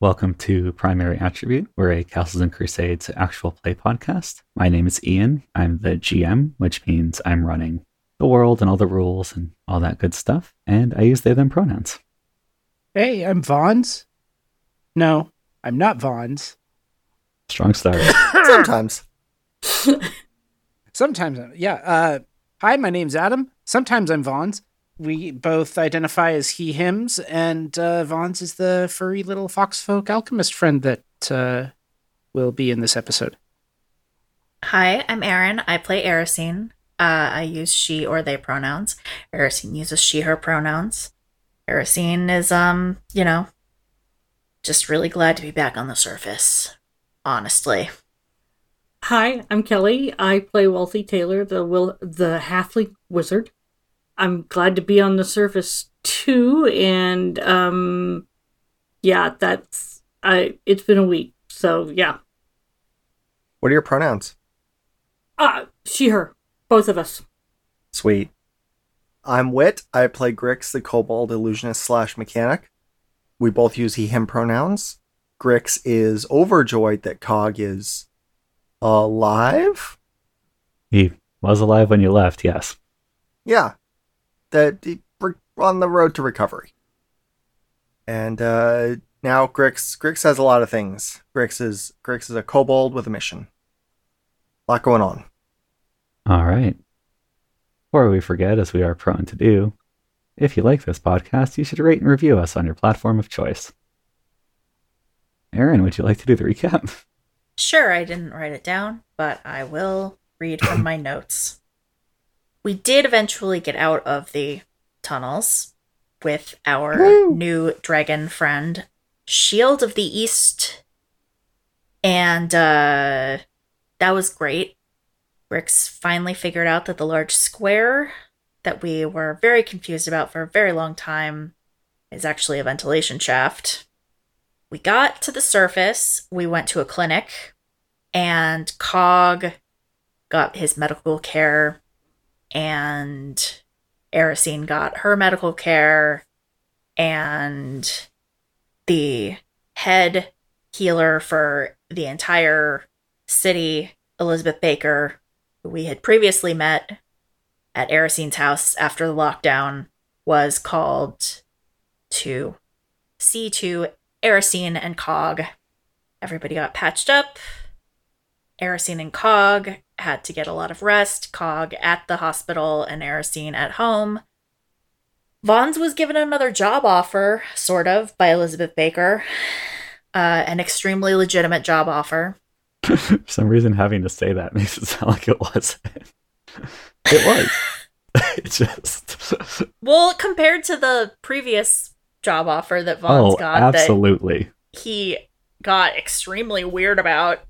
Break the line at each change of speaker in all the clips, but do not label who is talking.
Welcome to Primary Attribute. We're a Castles and Crusades actual play podcast. My name is Ian. I'm the GM, which means I'm running the world and all the rules and all that good stuff. And I use they, them pronouns.
Hey, I'm Vons. No, I'm not Vons.
Strong start.
Sometimes.
Sometimes, I'm- yeah. Uh, hi, my name's Adam. Sometimes I'm Vons. We both identify as he, hims, and uh, Vons is the furry little fox folk alchemist friend that uh, will be in this episode.
Hi, I'm Erin. I play Erisine. Uh, I use she or they pronouns. Erisine uses she her pronouns. Erisine is um, you know, just really glad to be back on the surface. Honestly.
Hi, I'm Kelly. I play Wealthy Taylor, the will the halfling wizard. I'm glad to be on the surface too, and um, yeah, that's I. It's been a week, so yeah.
What are your pronouns?
Ah, she, her, both of us.
Sweet. I'm Wit. I play Grix, the kobold illusionist slash mechanic. We both use he, him pronouns. Grix is overjoyed that Cog is alive?
he was alive when you left, yes.
Yeah. That he- we're on the road to recovery. And uh, now Grix Grix has a lot of things. Grix is Grix is a kobold with a mission. A lot going on.
All right. Before we forget, as we are prone to do, if you like this podcast, you should rate and review us on your platform of choice. Aaron, would you like to do the recap?
Sure, I didn't write it down, but I will read from my notes. We did eventually get out of the tunnels with our
Woo.
new dragon friend, Shield of the East. And uh that was great. Rick's finally figured out that the large square that we were very confused about for a very long time is actually a ventilation shaft. We got to the surface, we went to a clinic, and Cog got his medical care, and Erisine got her medical care, and the head healer for the entire city, Elizabeth Baker, who we had previously met at Erisine's house after the lockdown, was called to see to Erisine and Cog. Everybody got patched up. Erisine and Cog had to get a lot of rest. Cog at the hospital and Erisine at home. Vons was given another job offer, sort of, by Elizabeth Baker. Uh, an extremely legitimate job offer.
For some reason, having to say that makes it sound like it was. it was. it just.
Well, compared to the previous job offer that Vaughn's
Oh,
got,
absolutely.
that he got extremely weird about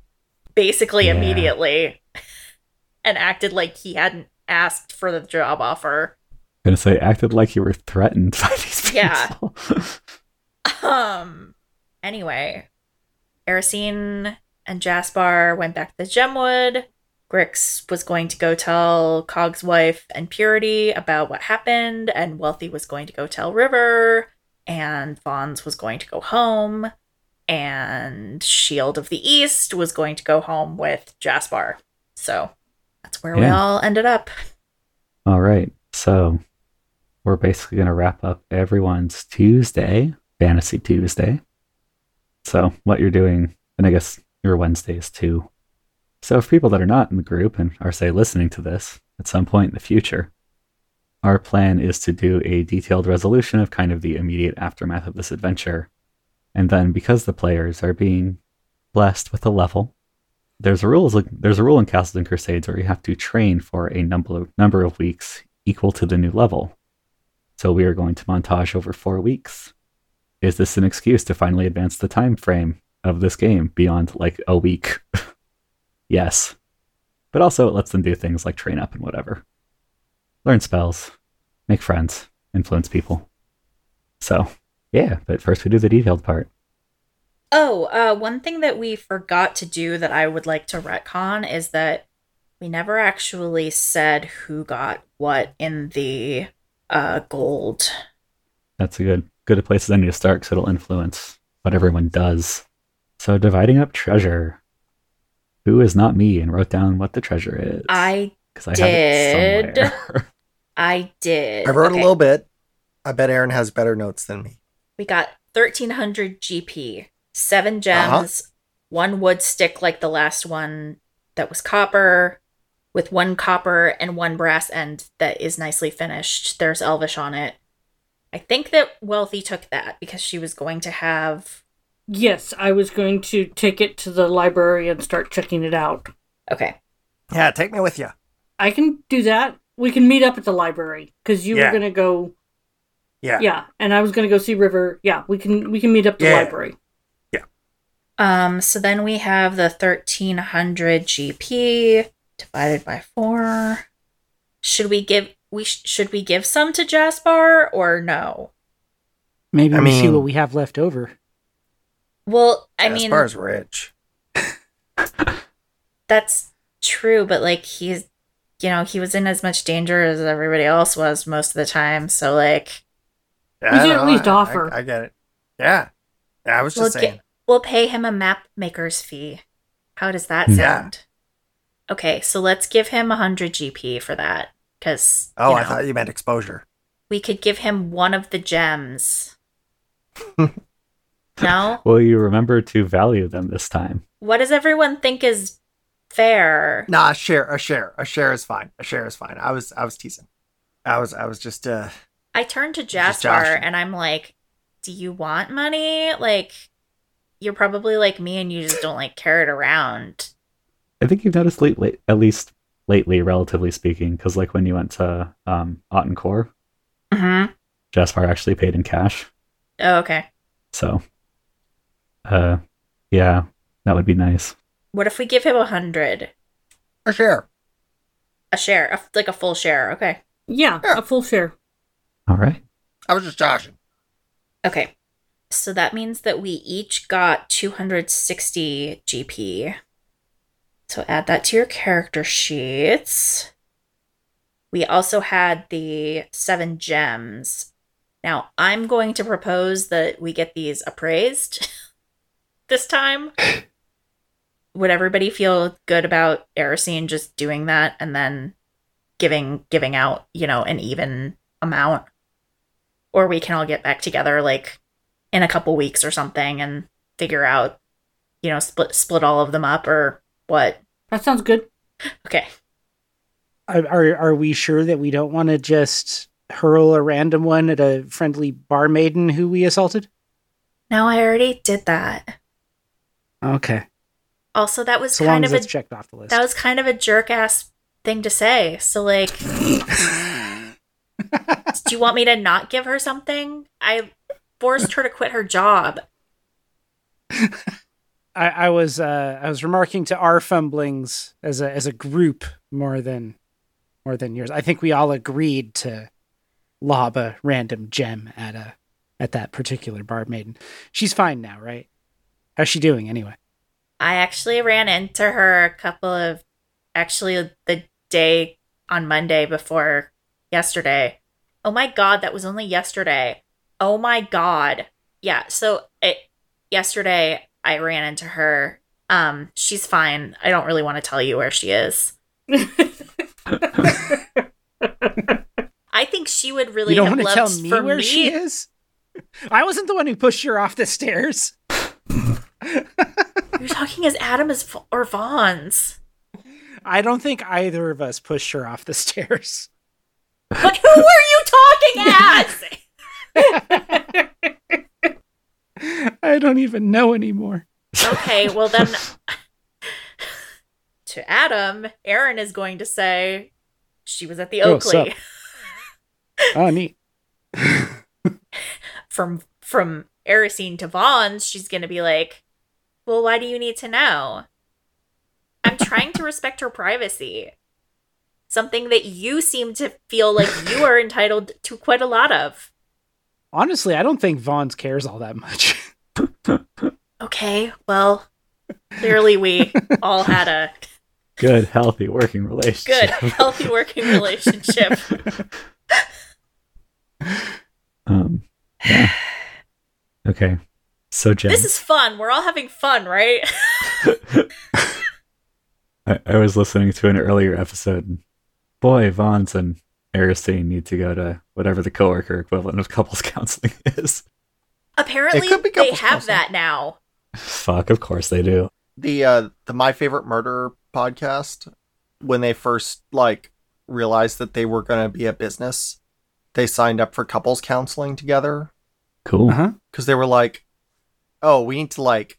basically
Yeah.
immediately and acted like he hadn't asked for the job offer.
Gonna say, acted like you were threatened by these people.
Yeah. Um. Anyway, Erisine and Jaspar went back to Gemwood. Grix was going to go tell Cog's wife and Purity about what happened, and Wealthy was going to go tell River, and Vons was going to go home, and Shield of the East was going to go home with Jaspar. So that's where we
Yeah.
all ended up.
All right. So we're basically going to wrap up everyone's Tuesday, Fantasy Tuesday. So what you're doing, and I guess your Wednesdays too. So for people that are not in the group and are, say, listening to this at some point in the future, our plan is to do a detailed resolution of kind of the immediate aftermath of this adventure. And then because the players are being blessed with a level, there's a rule is like there's a rule in Castles and Crusades where you have to train for a number of, number of weeks equal to the new level. So we are going to montage over four weeks. Is this an excuse to finally advance the time frame of this game beyond like a week? yes, but also it lets them do things like train up and whatever, learn spells, make friends, influence people. So yeah, but first we do the detailed part.
Oh, uh, one thing that we forgot to do that I would like to retcon is that we never actually said who got what in the uh, gold.
That's a good good a place as any to start because it'll influence what everyone does. So dividing up treasure. Who is not me and wrote down what the treasure is?
I
because I have it
did.
somewhere.
I did.
I wrote
Okay,
a little bit. I bet Aaron has better notes than me.
We got 1300 GP, seven gems,
Uh-huh.
one wood stick like the last one that was copper, with one copper and one brass end that is nicely finished. There's Elvish on it. I think that Wealthy took that because she was going to have.
Yes, I was going to take it to the library and start checking it out.
Okay.
Yeah, take me with you.
I can do that. We can meet up at the library because you
Yeah.
were gonna go.
Yeah.
Yeah, and I was gonna go see River. Yeah, we can we can meet up at the
Yeah.
library.
Um, so then we have the 1300 GP divided by 4. Should we give we sh- should we give some to Jaspar or no?
Maybe
I
we see
mean-
what we have left over.
Well, I
Jaspar's
mean
rich.
that's true, but like he's you know, he was in as much danger as everybody else was most of the time. So like
Yeah,
We
I
should at
know,
least
I-
offer.
I, I get it. Yeah. Yeah, I was just
We'll get-
saying.
we'll pay him a map maker's fee. How does that
Hmm.
Yeah.
sound? Okay, so let's give him 100 GP for that cuz
oh, I thought you meant exposure.
we could give him one of the gems. no?
Will you remember to value them this time?
What does everyone think is fair?
Nah, a share, a share, a share is fine. A share is fine. I was, I was teasing. I was, I was just, uh,
I turn to
Just
Jasper
joshing.
and I'm like, Do you want money? Like, you're probably like me and you just don't like carry it around.
I think you've noticed late, late at least lately, relatively speaking, because like when you went to um, Ottencore,
Mm-hmm.
Jaspar actually paid in cash.
Oh, okay.
So, uh, yeah, that would be nice.
What if we give him a hundred?
a share.
A share, a, like a full share. Okay.
Yeah,
Yeah.
a full share.
All right.
I was just joshing.
Okay. So that means that we each got 260 GP. So add that to your character sheets. We also had the seven gems. Now, I'm going to propose that we get these appraised this time. Would everybody feel good about Erisine just doing that and then giving giving out, you know, an even amount? Or we can all get back together like in a couple weeks or something and figure out, you know, split split all of them up or what.
That sounds good.
Okay.
Are are, are we sure that we don't want to just hurl a random one at a friendly barmaiden who we assaulted?
No, I already did that.
Okay,
Also, that was
so long
kind
as
of a
it's checked off the list.
that was kind of a jerk ass thing to say. So like, do you want me to not give her something? I forced her to quit her job.
I, I was uh, I was remarking to our fumblings as a as a group more than more than yours. I think we all agreed to lob a random gem at a at that particular barmaiden. She's fine now, right? How's she doing anyway?
I actually ran into her a couple of actually the day on Monday before yesterday. Oh my god, that was only yesterday. Oh my god. Yeah, so it, yesterday I ran into her. Um she's fine. I don't really want to tell you where she is. I think she would really
you don't
have
want to
loved
tell me
for
where
me.
she is? I wasn't the one who pushed her off the stairs.
You're talking as Adam as Va- or Vaughn's.
I don't think either of us pushed her off the stairs.
But who were you talking as?
I don't even know anymore.
Okay, well then to Adam, Aaron is going to say she was at the
Oh, sup.
Oakley
Oh, neat.
from from Erisine to Vaughn's, she's going to be like, "Well, why do you need to know?" I'm trying to respect her privacy. Something that you seem to feel like you are entitled to quite a lot of.
Honestly, I don't think Vaughn's cares all that much.
Okay, well, clearly we all had a
Good, healthy working
good,
relationship.
healthy working relationship.
Um, yeah. Okay. So Jen,
This is fun. We're all having fun, right?
I, I was listening to an earlier episode. and Boy, Vons and Aristine need to go to whatever the coworker equivalent of couples counseling is.
Apparently,
could be
they
couples
have
counseling.
that now.
Fuck, of course they do.
the uh the my favorite murder podcast when they first like realized that they were going to be a business they signed up for couples counseling together
Cool.
Uh-huh.
because they were like oh we need to like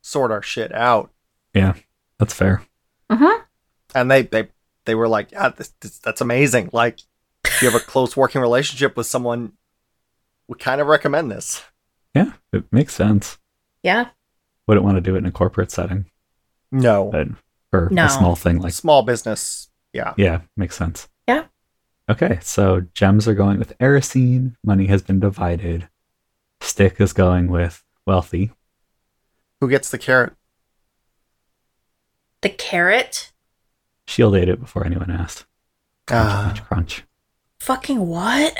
sort our shit out
That's fair.
Uh-huh.
and they they they were like yeah this, this, that's amazing like if you have a close working relationship with someone we kind of recommend this
Yeah, it makes sense.
Yeah.
Wouldn't want to do it in a corporate setting,
no
but for
No.
a small thing like
small business yeah
yeah, makes sense.
Yeah.
Okay, so gems are going with Aracene. Money has been divided. Stick is going with wealthy.
who gets the carrot
The carrot?
Shield ate it before anyone asked.
Ah.
Crunch, crunch,
Fucking what?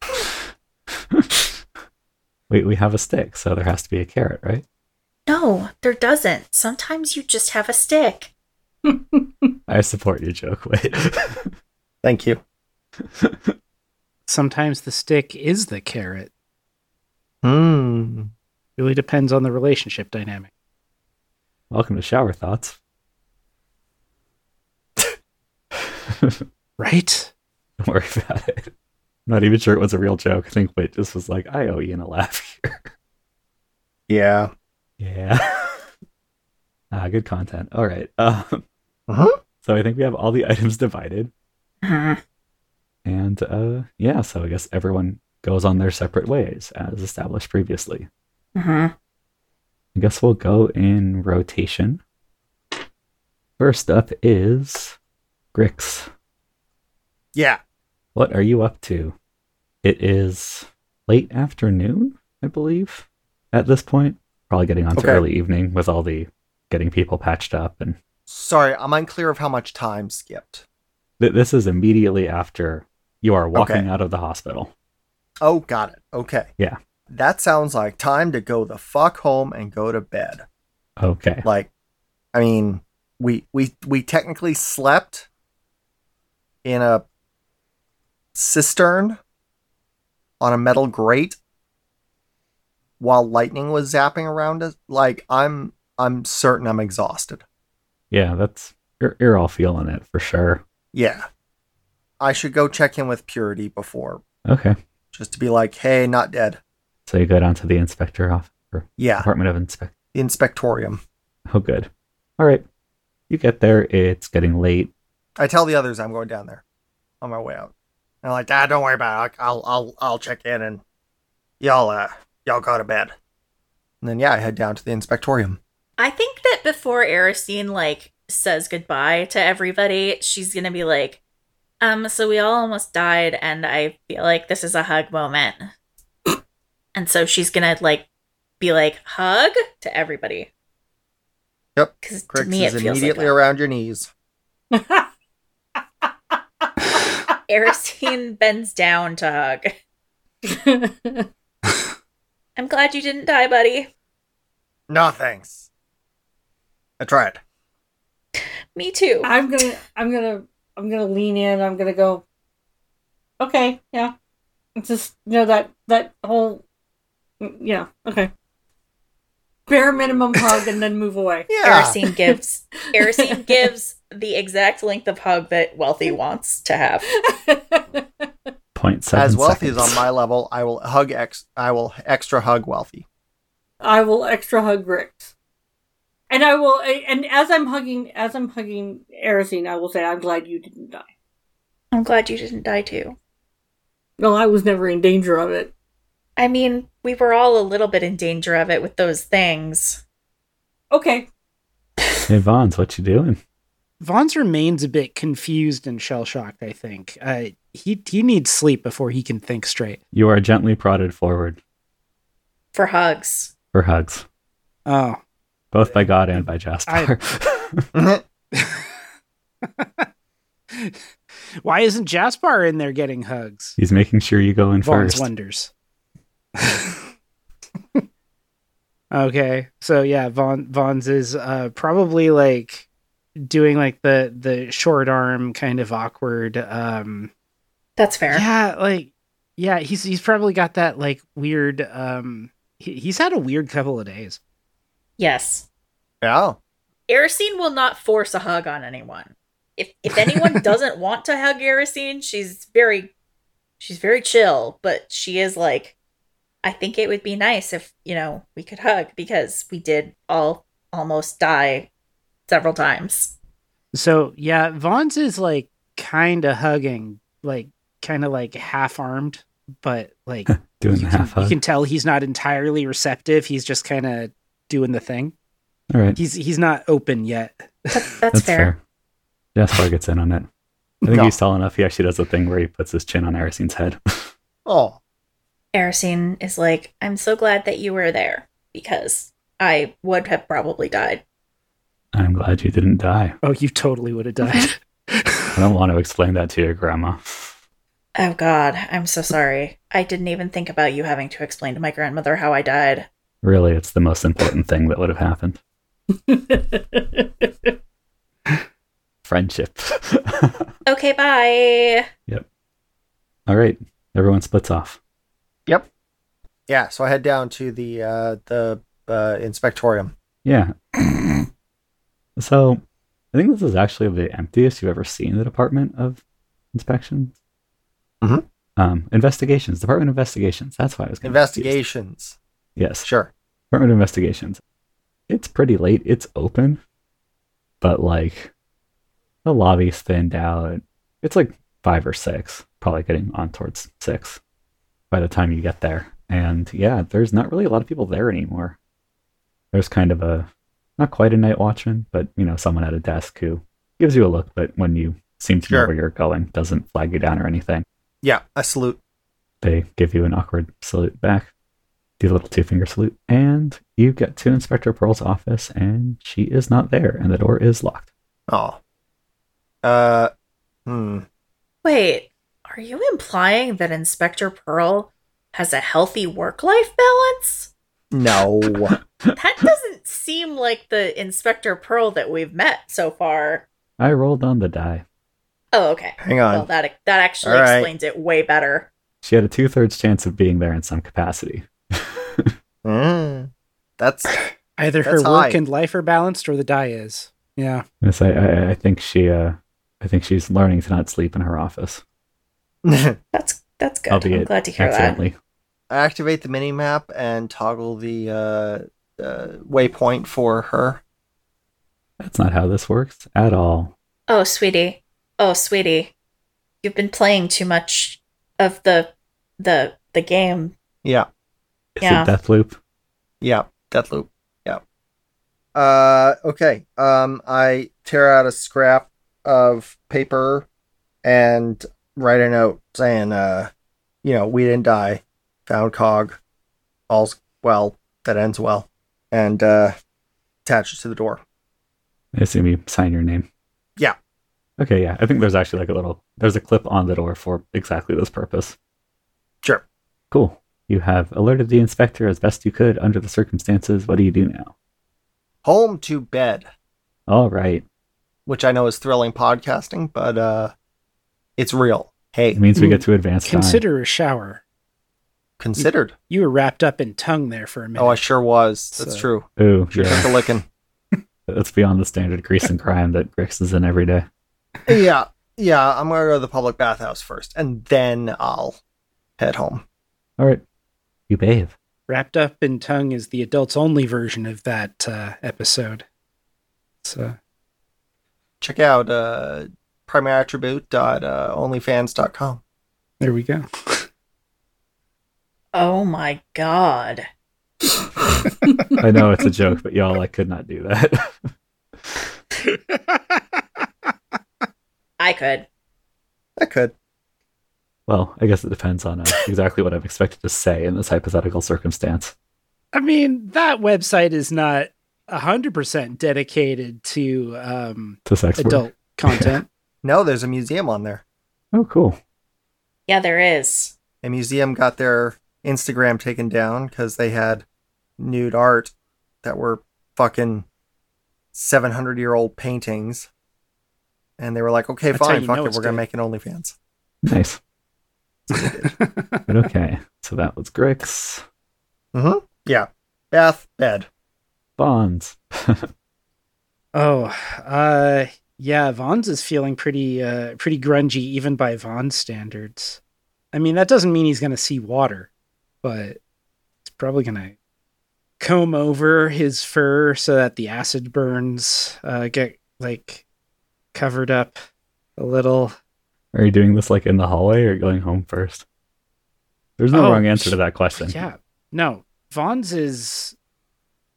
crunch. we we have a stick, so there has to be a carrot, right?
No, there doesn't. Sometimes you just have a stick.
I support your joke. Wait,
thank you
Sometimes the stick is the carrot.
Hmm.
Really depends on the relationship dynamic.
welcome to shower thoughts.
Right?
Don't worry about it. I'm not even sure it was a real joke. I think Wit just was like, I owe Ian a laugh here.
yeah
Yeah. ah, good content. All right. Um,
Mhm.
So I think we have all the items divided.
Mhm.
And uh, yeah, so I guess everyone goes on their separate ways as established previously.
Mhm.
I guess we'll go in rotation. First up is Grix.
yeah
What are you up to? It is late afternoon, I believe, at this point. Probably getting on to
Okay.
early evening with all the getting people patched up and
Sorry, I'm unclear of how much time skipped.
Th- This is immediately after you are walking
Okay.
out of the hospital.
Oh, got it. Okay.
Yeah.
That sounds like time to go the fuck home and go to bed.
Okay.
Like, I mean, we we we technically slept in a cistern on a metal grate while lightning was zapping around us. Like, I'm I'm certain I'm exhausted.
Yeah, that's you're, you're all feeling it for sure.
Yeah. I should go check in with Purity before,
Okay.
just to be like, hey, not dead.
So you go down to the inspector off or
Yeah.
Department of Inspect.
The inspectorium.
Oh, good. All right. You get there. It's getting late.
I tell the others I'm going down there on my way out. And I'm like, ah, don't worry about it. I'll, I'll, I'll check in and y'all, uh, y'all go to bed. And then yeah, I head down to the inspectorium.
I think that before Aristine, like, says goodbye to everybody, she's gonna be like, um, so we all almost died, and I feel like this is a hug moment. and so she's gonna, like, be like, hug to everybody.
Yep.
Because to
Crix
me, it
is
feels like
immediately
that.
around your knees.
Aristine bends down to hug. I'm glad you didn't die, buddy.
No thanks. I tried.
Me too.
I'm gonna I'm gonna I'm gonna lean in, I'm gonna go Okay, yeah. It's just you know that that whole mm, yeah, okay. Bare minimum hug and then move away.
Yeah.
Aracene gives Aracene gives the exact length of hug that Wealthy wants to have.
Point seven.
As wealthy is on
seconds.
my level, I will hug ex. I will extra hug wealthy.
I will extra hug Ricks. And I will and as I'm hugging as I'm hugging Erosine, I will say I'm glad you didn't die.
I'm glad you didn't die too.
Well, I was never in danger of it.
I mean, we were all a little bit in danger of it with those things.
Okay.
Hey Vons, what you doing?
Vons remains a bit confused and shell shocked, I think. Uh, he, he needs sleep before he can think straight.
You are gently prodded forward
For hugs.
for hugs,
Oh.
both by God and by Jasper.
Why isn't Jaspar in there getting hugs?
He's making sure you go in
Vons
first.
wonders. Okay. So yeah, Von Von's is uh probably like doing like the the short arm kind of awkward um
That's fair.
yeah, like yeah, he's he's probably got that like weird um he, he's had a weird couple of days.
Yes.
Yeah.
Erisine will not force a hug on anyone. If if anyone doesn't want to hug Erisine, she's very she's very chill, but she is like I think it would be nice if, you know, we could hug because we did all almost die several times.
So yeah, Vaughn's is like kind of hugging, like kind of like half armed, but like
Doing
you
the
can-
half
you
hug.
can tell he's not entirely receptive. He's just kind of doing the thing.
All right.
He's he's not open yet.
That- that's fair.
Jasper gets in on it. I think
No.
he's tall enough. He actually does the thing where he puts his chin on Arisine's head.
Oh,
Erisine is like, I'm so glad that you were there because I would have probably died.
I'm glad you didn't die.
Oh, you totally would have died.
I don't want to explain that to your grandma.
Oh god, I'm so sorry. I didn't even think about you having to explain to my grandmother how I died.
Really, it's the most important thing that would have happened. Friendship.
Okay, bye.
All right. Everyone splits off.
yeah. So I head down to the uh, the uh, inspectorium.
Yeah. so I think this is actually the emptiest you've ever seen the Department of Inspections.
Mhm.
Um, investigations. Department of Investigations. That's why I was gonna
Investigations.
Yes.
Sure.
Department of Investigations. It's pretty late. It's open, but like the lobby's thinned out. It's like five or six, probably getting on towards six by the time you get there. And yeah, there's not really a lot of people there anymore. There's kind of a not quite a night watchman, but you know, someone at a desk who gives you a look, but when you seem to know
Sure.
where you're going, doesn't flag you down or anything
Yeah. A salute.
they give you an awkward salute back, do a little two finger salute, and you get to Inspector Pearl's office, and she is not there, and the door is locked.
Oh. Uh. Hmm.
Wait, are you implying that Inspector Pearl has a healthy work life balance?
No.
That doesn't seem like the Inspector Pearl that we've met so far.
I rolled on the die.
Oh, okay.
Hang on.
Well, that that actually
All right.
explains it way better.
She had a two thirds chance of being there in some capacity.
Mm. That's
Either her
That's
work
high.
and life are balanced, or the die is. Yeah.
Yes, I, I, I think she, uh, I think she's learning to not sleep in her office.
That's that's good. I'm
Albeit
glad to hear that.
accidentally.
activate the mini map and toggle the uh, uh, waypoint for her.
That's not how this works at all.
Oh, sweetie. Oh, sweetie. You've been playing too much of the the the game.
Yeah,
Is
Yeah.
it death loop?
yeah, Deathloop. Yeah. Uh, okay. Um, I tear out a scrap of paper and write a note saying, uh, you know, we didn't die. Found Cog. All's well. That ends well. And uh, attach it to the door.
I assume you sign your name.
Yeah.
Okay, yeah. I think there's actually like a little there's a clip on the door for exactly this purpose.
Sure.
Cool. You have alerted the inspector as best you could under the circumstances. What do you do now?
Home to bed.
All right.
which I know is thrilling podcasting, but uh, it's real. Hey,
It means we get to advance time.
Consider a shower.
considered.
You were wrapped up in tongue there for a minute.
Oh, I sure was. That's
So-
true.
Ooh,
Sure
yeah.
took a licking.
That's beyond the standard grease and crime that Grix is in every day.
yeah, yeah. I'm gonna go to the public bathhouse first, and then I'll head home.
All right. You bathe.
wrapped up in tongue is the adults only version of that uh, episode. So
Check out uh, primaryattribute.onlyfans.com.
there we go.
Oh my god.
I know it's a joke, but y'all I could not do that.
I could.
I could.
well, I guess it depends on uh, exactly what I'm expected to say in this hypothetical circumstance.
I mean, that website is not hundred percent dedicated to um,
To sex work.
adult content.
No, there's a museum on there.
Oh, cool.
Yeah, there is.
A museum got their Instagram taken down because they had nude art that were fucking 700 year old paintings. And they were like, okay,
That's how
fine,
you
fuck
know
it.
it's
We're going
good.
to make an OnlyFans.
Nice. But okay, so that was Grix.
Mm-hmm. Yeah. Bath, bed.
Bonds.
oh, uh, yeah. Vaughn's is feeling pretty, uh, pretty grungy, even by Vaughn's standards. I mean, that doesn't mean he's going to see water, but it's probably going to comb over his fur so that the acid burns uh, get like covered up a little.
Are you doing this like in the hallway or going home first? There's no
Oh,
wrong answer
sh-
to that question.
Yeah. No, Vaughn's is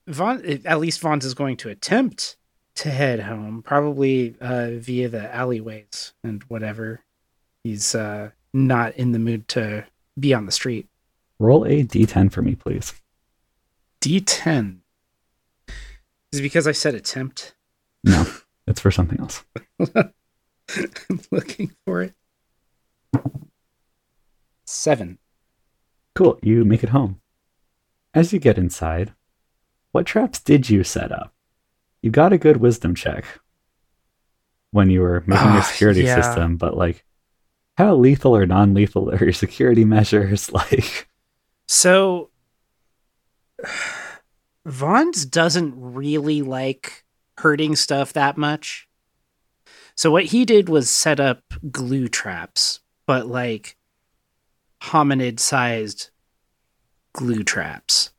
Vaughn. At least Vaughn's is going to attempt to head home, probably uh, via the alleyways and whatever. He's uh, not in the mood to be on the street.
Roll a d10 for me, please.
D10 is it because I said attempt.
No, it's for something else.
I'm looking for it. Seven.
Cool, you make it home. As you get inside, what traps did you set up? You got a good wisdom check when you were making
Ah,
your security
yeah.
system, but like, how lethal or non lethal are your security measures? Like,
So Vaughn's doesn't really like hurting stuff that much. So what he did was set up glue traps, but like hominid sized glue traps.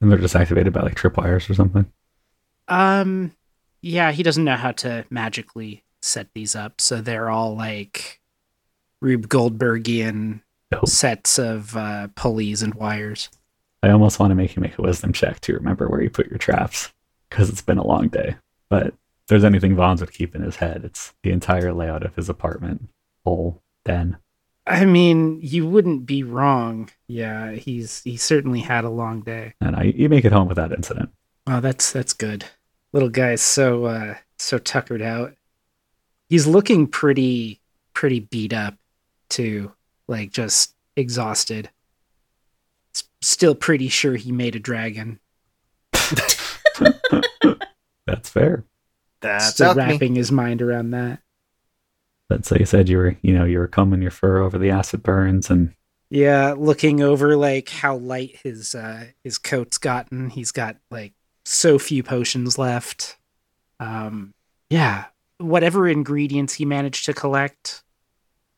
and they're just activated by like tripwires or something.
Um yeah, he doesn't know how to magically set these up, so they're all like Rube Goldbergian
Dope.
sets of uh, pulleys and wires.
I almost want to make you make a wisdom check to remember where you put your traps because it's been a long day. But if there's anything Vaughn's would keep in his head, it's the entire layout of his apartment, whole den.
I mean, you wouldn't be wrong. Yeah, he's he certainly had a long day.
And I, you make it home without incident.
Oh, that's that's good. Little guy's so uh so tuckered out. He's looking pretty pretty beat up too, like just exhausted. S- still pretty sure he made a dragon.
That's fair.
That's
still
up me.
wrapping his mind around that.
But so you said you were, you know, you were combing your fur over the acid burns, and
Yeah, looking over like how light his uh his coat's gotten. He's got like so few potions left. Um yeah, whatever ingredients he managed to collect,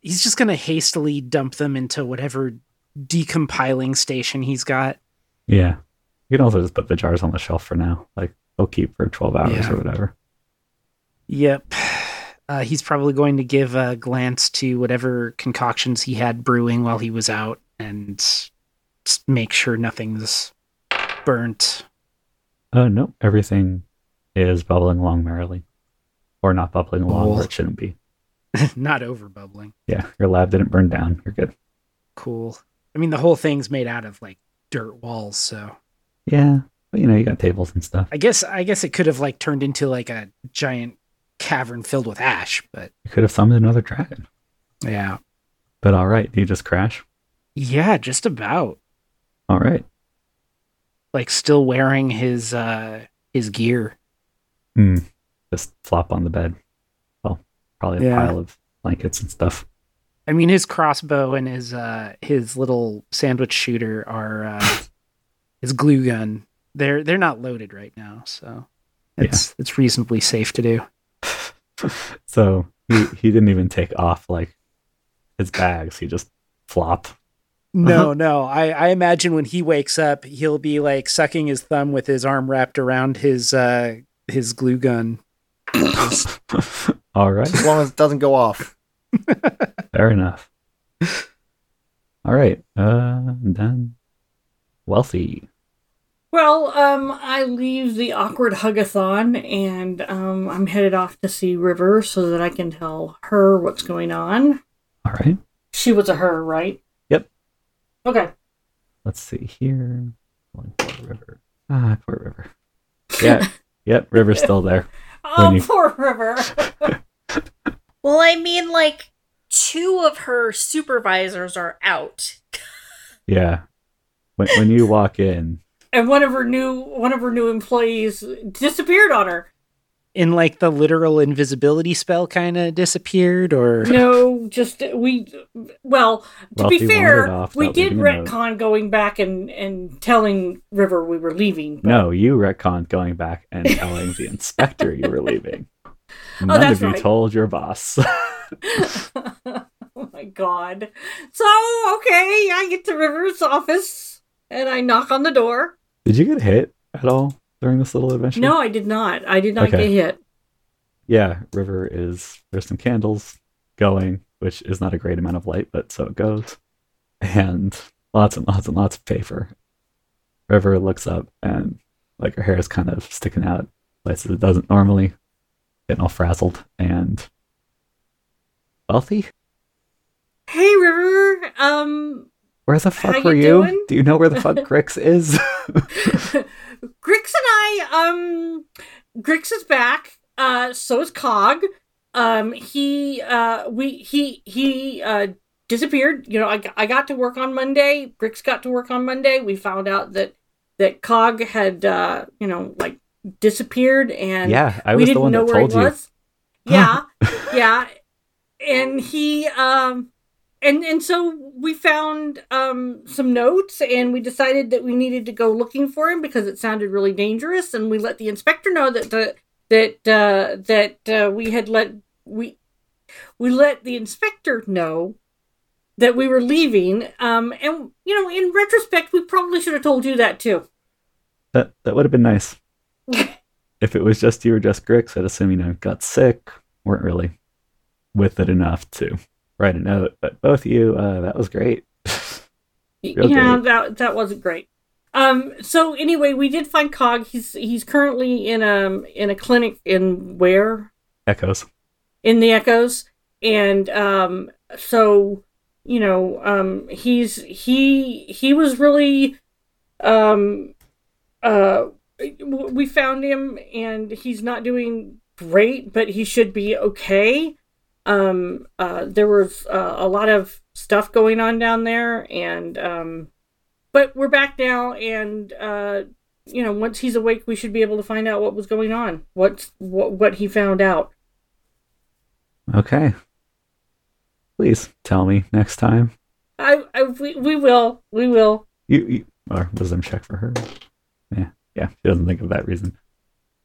he's just going to hastily dump them into whatever decompiling station he's got.
yeah, you can also just put the jars on the shelf for now. Like they'll keep for twelve hours
Yeah.
or whatever.
Yep. Uh, he's probably going to give a glance to whatever concoctions he had brewing while he was out and s- make sure nothing's burnt.
Oh no, everything is bubbling along merrily, or not bubbling along
Cool.
where it shouldn't be.
Not over bubbling.
Yeah, your lab didn't burn down. You're good.
cool. I mean, the whole thing's made out of like dirt walls, so
Yeah, but you know you got tables and stuff.
I guess I guess it could have like turned into like a giant cavern filled with ash, but
You could have summoned another dragon.
yeah.
But all right, you just crash.
Yeah, just about.
All right.
Like still wearing his uh his gear.
Hmm. Just flop on the bed. Well, probably a
Yeah.
pile of blankets and stuff.
I mean his crossbow and his uh his little sandwich shooter are uh his glue gun. They're they're not loaded right now, so it's it's reasonably safe to do.
So he, he didn't even take off like his bags. He just flopped.
No, no. I, I imagine when he wakes up, he'll be like sucking his thumb with his arm wrapped around his uh his glue gun.
All right.
As long as it doesn't go off.
Fair enough. All right. Uh, then wealthy.
Well, um, I leave the awkward hugathon and um, I'm headed off to see River so that I can tell her what's going on.
All right.
She was a her, right?
Yep.
Okay.
Let's see here. One poor river. Ah, poor river. Yeah. yep. River's still there.
Oh,
When you-
poor River.
Well, I mean, like, two of her supervisors are out.
Yeah. When, when you walk in,
and one of her new one of her new employees disappeared on her.
in like the literal invisibility spell kind of disappeared or
No, just we. Well, to
Wealthy
be
wandered
fair,
off
we
without
did
leaving a note.
retcon going back and and telling River we were leaving. but-
No, you retconned going back and telling the inspector you were leaving. None
Oh, that's
of you
right.
told your boss.
oh my god. So, okay, I get to River's office and I knock on the door.
Did you get hit at all during this little adventure?
No, I did not. I did not
Okay.
get hit.
Yeah, River is there's some candles going, which is not a great amount of light, but so it goes. And lots and lots and lots of paper. River looks up and like her hair is kind of sticking out places it doesn't normally, getting all frazzled and wealthy.
Hey River, um
Where the fuck
you
were you?
doing?
Do you know where the fuck Grix is?
Grix and I um Grix is back. Uh so is Cog. Um he uh we he he uh disappeared. You know, I, I got to work on Monday. Grix got to work on Monday. We found out that that Cog had uh you know like disappeared and
yeah, I
we
was
didn't
the one
know
that
where
told
he
you.
was. Yeah, yeah, and he um, and and so we found um some notes, and we decided that we needed to go looking for him because it sounded really dangerous, and we let the inspector know that the, that uh, that uh, we had let we we let the inspector know that we were leaving um and you know in retrospect we probably should have told you that too
That that would have been nice. if it was just you or just Grix, I'd assume you know got sick, weren't really with it enough to write a note. But both of you, uh, that was great.
Y-
Real
yeah,
great.
that that wasn't great. Um. So anyway, we did find Cog. He's he's currently in um in a clinic in where
Echoes.
in the Echoes, and um so you know um he's he he was really um uh w- we found him and he's not doing great, but he should be okay. Um. Uh. There was uh, a lot of stuff going on down there, and um but we're back now and uh you know once he's awake we should be able to find out what was going on what's what, what he found out
Okay. Please tell me next time.
i, I we, we will we will
You, you or wisdom check for her. Yeah, yeah. She doesn't think of that reason.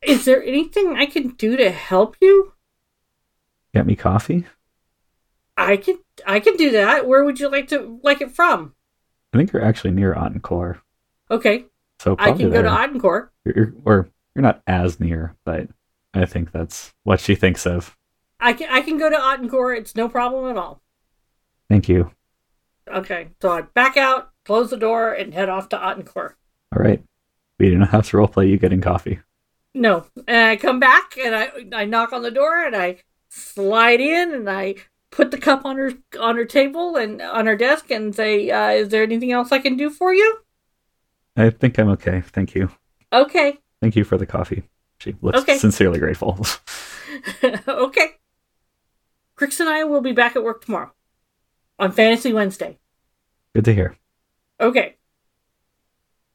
is there anything i can do to help you
Get me coffee.
i can i can do that where would you like to like it from
I think you're actually near Encore,
okay
so
i
probably
can go
there.
to Audencourt.
you're, you're- or you're not as near, but I think that's what she thinks of.
i can i can go to Audencourt. it's no problem at all
Thank you.
okay so i back out close the door and head off to Audencourt.
All right. We do not have to roleplay you getting coffee.
No. And I come back and I I knock on the door and I slide in and I put the cup on her on her table and on her desk and say, uh, "Is there anything else I can do for you?"
I think I'm okay. Thank you.
Okay.
Thank you for the coffee. She looks
Okay.
sincerely grateful.
okay. Crix and I will be back at work tomorrow on Fantasy Wednesday.
Good to hear.
Okay.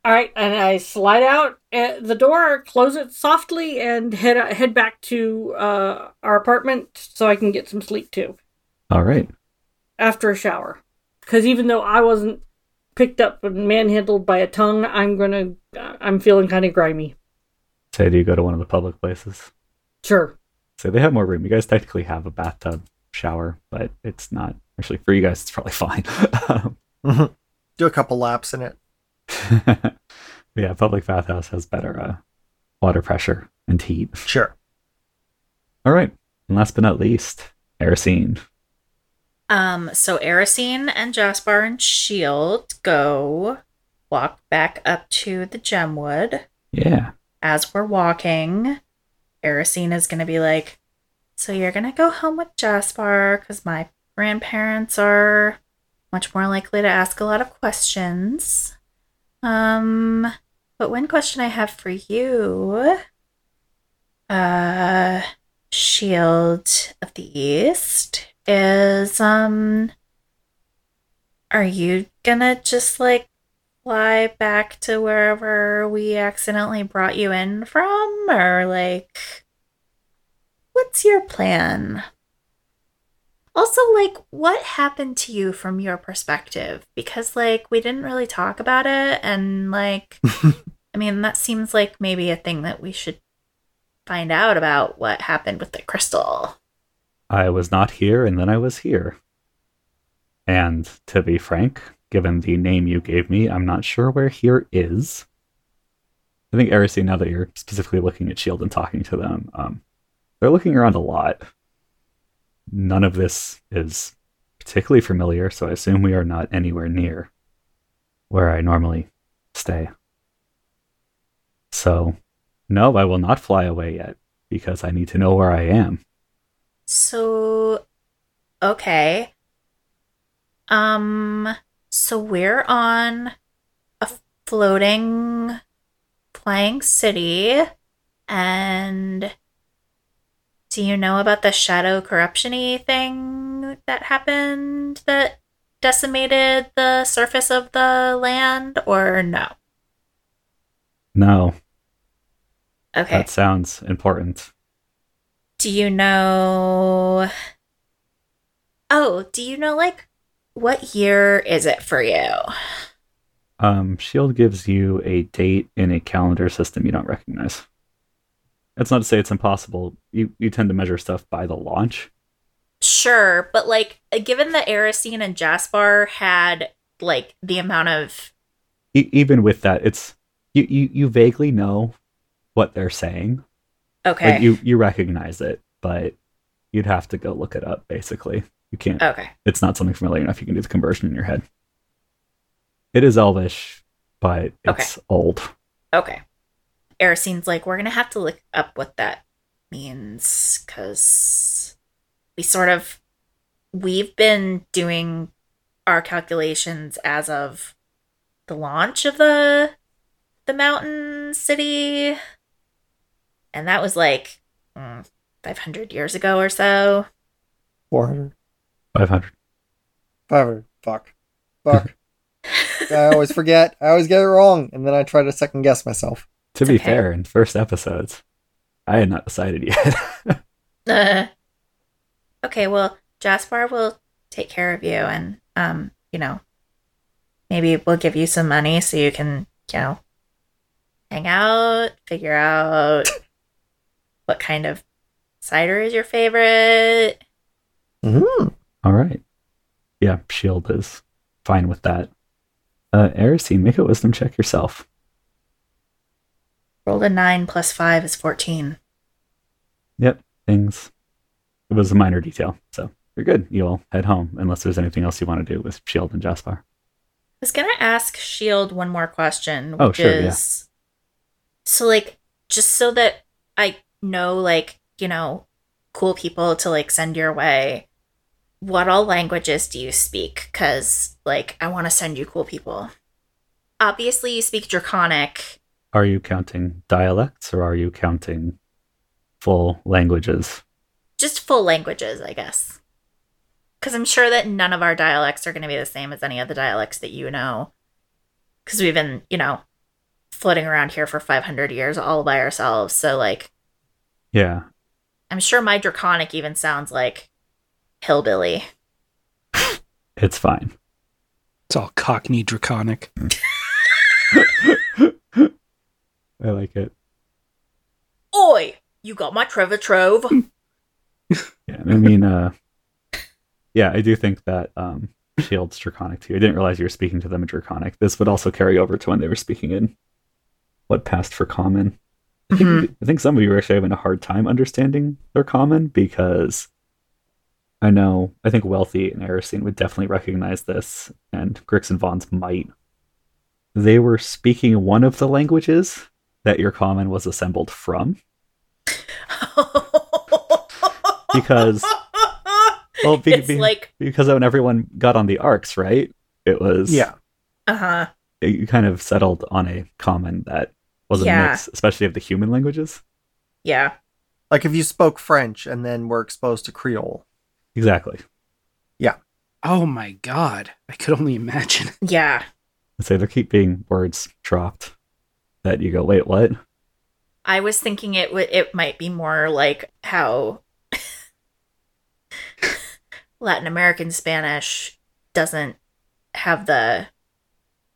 All right, and I slide out at the door, close it softly, and head head back to uh, our apartment so I can get some sleep too.
All right.
after a shower. Because even though I wasn't picked up and manhandled by a tongue, I'm gonna, I'm feeling kind of grimy.
Say, do you go to one of the public places?
Sure.
So they have more room. You guys technically have a bathtub shower, but it's not actually for you guys. It's probably fine. Um,
Do a couple laps in it.
yeah, public bathhouse has better uh, water pressure and heat.
Sure.
All right. And last but not least, Erisine.
Um, so Erisine and Jasper and Shield go walk back up to the Gemwood.
Yeah.
As we're walking, Erisine is gonna be like, "So you're gonna go home with Jasper because my grandparents are much more likely to ask a lot of questions." Um, but one question I have for you, uh, Shield of the East is um are you gonna just like fly back to wherever we accidentally brought you in from? Or, like, what's your plan? Also, like, what happened to you from your perspective? Because, like, we didn't really talk about it. And, like, I mean, that seems like maybe a thing that we should find out about what happened with the crystal.
I was not here and then I was here. And to be frank, given the name you gave me, I'm not sure where here is. I think Erisy, now that you're specifically looking at Shield E and talking to them, um, they're looking around a lot. None of this is particularly familiar, so I assume we are not anywhere near where I normally stay. So, no, I will not fly away yet because I need to know where I am.
So, okay. Um, so we're on a floating flying city, and do you know about the shadow corruptiony thing that happened that decimated the surface of the land, or no?
No,
Okay.
that sounds important.
Do you know? Oh, do you know like what year is it for you?
Um, Shield gives you a date in a calendar system you don't recognize. That's not to say it's impossible. You you tend to measure stuff by the launch.
Sure, but like given that Aristine and Jaspar had like the amount of
E- even with that, it's you, you you vaguely know what they're saying.
okay,
Like you you recognize it, but you'd have to go look it up. Basically, you can't.
okay,
It's not something familiar enough. You can do the conversion in your head. It is Elvish, but
Okay.
it's old.
okay. Aristine's like we're gonna have to look up what that means because we sort of we've been doing our calculations as of the launch of the the mountain city and that was like mm, 500 years ago or so
400.
Five hundred.
500. Fuck. Fuck. I always forget. I always get it wrong. And then I try to second guess myself.
To
It's
be
okay.
fair, in first episodes, I had not decided yet.
okay, well, Jaspar will take care of you and um, you know, maybe we'll give you some money so you can, you know, hang out, figure out what kind of cider is your favorite.
Mm-hmm.
All right. Yeah, shield E is fine with that. Uh, Erisine, make a wisdom check yourself.
Rolled a 9 plus 5 is 14.
Yep, things. It was a minor detail, so you're good. You all head home unless there's anything else you want to do with Shield E and Jaspar.
I was gonna ask Shield one more question,
Oh,
which
sure, yeah.
is so like just so that I know like, you know, cool people to like send your way. What all languages do you speak? Cause like I wanna send you cool people. Obviously you speak draconic.
Are you counting dialects or are you counting full languages?
Just full languages, I guess. Cause I'm sure that none of our dialects are gonna be the same as any of the dialects that you know. Cause we've been, you know, floating around here for five hundred years all by ourselves. So like
Yeah,
I'm sure my draconic even sounds like hillbilly.
it's fine.
It's all Cockney draconic.
I like it.
Oi, you got my Trevor Trove.
Yeah, I mean, uh, yeah, I do think that um, Shield's Draconic too. I didn't realize you were speaking to them in Draconic. This would also carry over to when they were speaking in what passed for Common. I think,
Mhm.
I think some of you were actually having a hard time understanding their Common because I know, I think Wealthy and Aristine would definitely recognize this, and Grix and Vaughn's might. They were speaking one of the languages that your Common was assembled from. Because- Well, be-
it's
be-
like,
because when everyone got on the arcs, right? It was
Yeah.
uh huh.
It you kind of settled on a common that was a
Yeah.
mix, especially of the human languages.
Yeah.
Like if you spoke French and then were exposed to Creole.
Exactly.
Oh my god. I could only imagine.
Yeah.
I'd say there keep being words dropped that you go, wait, what?
I was thinking it would it might be more like how Latin American Spanish doesn't have the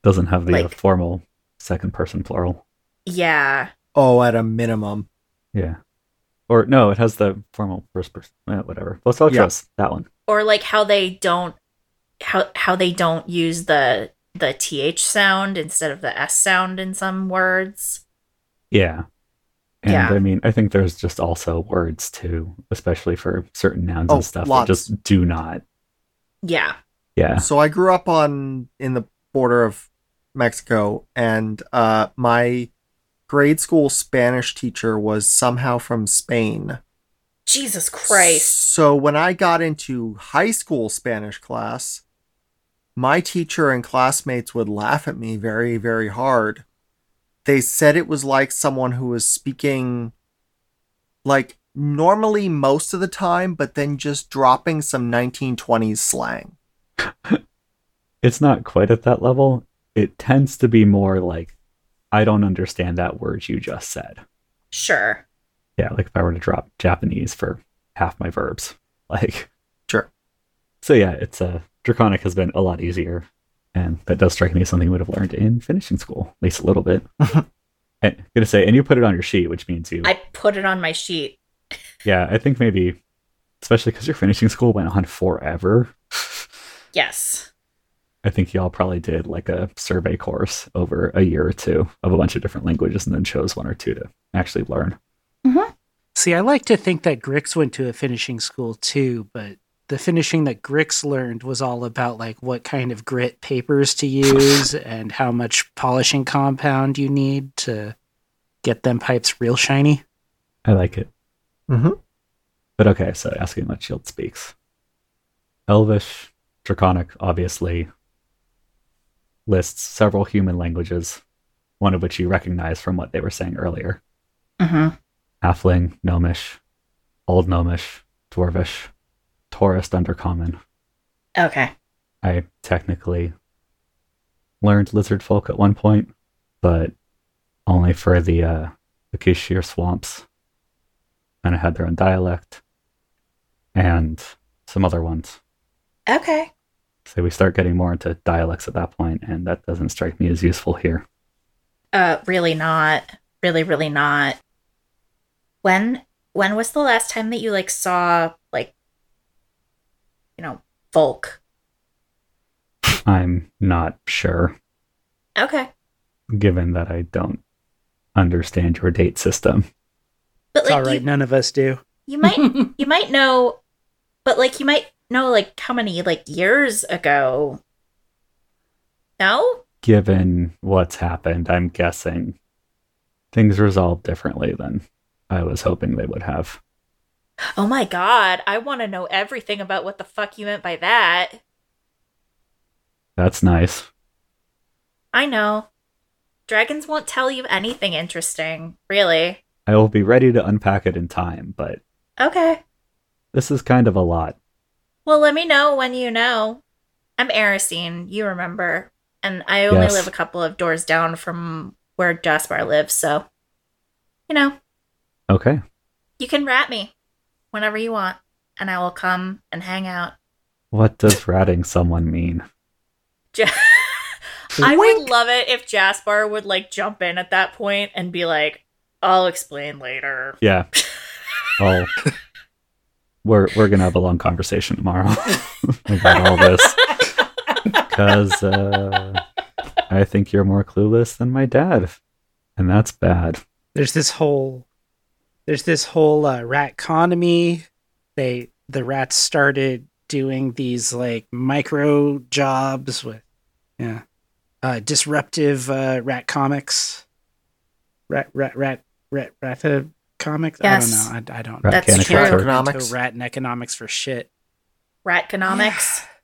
Doesn't have the uh,
Like-
formal second person plural.
yeah
Oh, at a minimum.
Yeah. Or no, it has the formal first person. eh, whatever. Los
Yeah.
Otros, that one.
or like how they don't how how they don't use the the th sound instead of the s sound in some words.
Yeah. And
Yeah.
I mean, I think there's just also words too, especially for certain nouns
Oh,
and stuff
lots.
that just do not.
Yeah.
Yeah.
So I grew up on in the border of Mexico, and uh, my grade school Spanish teacher was somehow from Spain.
Jesus Christ.
So when I got into high school Spanish class, my teacher and classmates would laugh at me very, very hard. They said it was like someone who was speaking like normally most of the time, but then just dropping some 1920s slang.
It's not quite at that level. It tends to be more like, I don't understand that word you just said.
Sure.
Yeah. Like if I were to drop Japanese for half my verbs. Like,
Sure.
so yeah, it's uh, Draconic has been a lot easier. And that does strike me as something you would have learned in finishing school, at least a little bit. and gonna say, and you put it on your sheet, which means you
I put it on my sheet.
Yeah, I think maybe, especially because your finishing school went on forever.
Yes.
I think y'all probably did like a survey course over a year or two of a bunch of different languages and then chose one or two to actually learn.
See, I like to think that Grix went to a finishing school too, but the finishing that Grix learned was all about like what kind of grit papers to use and how much polishing compound you need to get them pipes real shiny.
I like it.
Mhm.
But okay, so asking what Shield speaks Elvish, Draconic, obviously, lists several human languages, one of which you recognize from what they were saying earlier.
Mm-hmm.
Halfling, Gnomish, Old Gnomish, Dwarvish, Taurus, Undercommon.
Okay.
I technically learned lizard folk at one point, but only for the uh, the Kishir swamps, and it had their own dialect, and some other ones.
Okay.
So we start getting more into dialects at that point, and that doesn't strike me as useful here.
Uh really not. Really, really not. When when was the last time that you like saw like you know, folk?
I'm not sure,
Okay.
given that I don't understand your date system.
But
It's all
like
right,
you,
none of us do.
you might you might know but like you might know like how many like years ago no
given what's happened, I'm guessing things resolved differently than I was hoping they would have.
oh my god i want to know everything about what the fuck you meant by that
That's nice.
i know dragons won't tell you anything interesting really
I will be ready to unpack it in time, but
okay
this is kind of a lot.
well let me know when you know i'm Aracene, you remember and i only
Yes.
live a couple of doors down from where jaspar lives so you know
Okay.
you can rat me whenever you want and i will come and hang out
What does ratting someone mean?
Ja- I would love it if Jasper would like jump in at that point and be like, "I'll explain later."
Yeah. Oh. We're we're gonna have a long conversation tomorrow about all this. Cause uh, I think you're more clueless than my dad. And that's bad.
There's this whole there's this whole uh, rat economy. They the rats started doing these like micro jobs with yeah. Uh, disruptive uh, rat comics. Rat rat rat rat rat uh, comics.
Yes.
I don't know. I, I don't
Rat
That's
can
true.
occur.
know.
Economics.
Into Rat and economics for shit.
Ratconomics.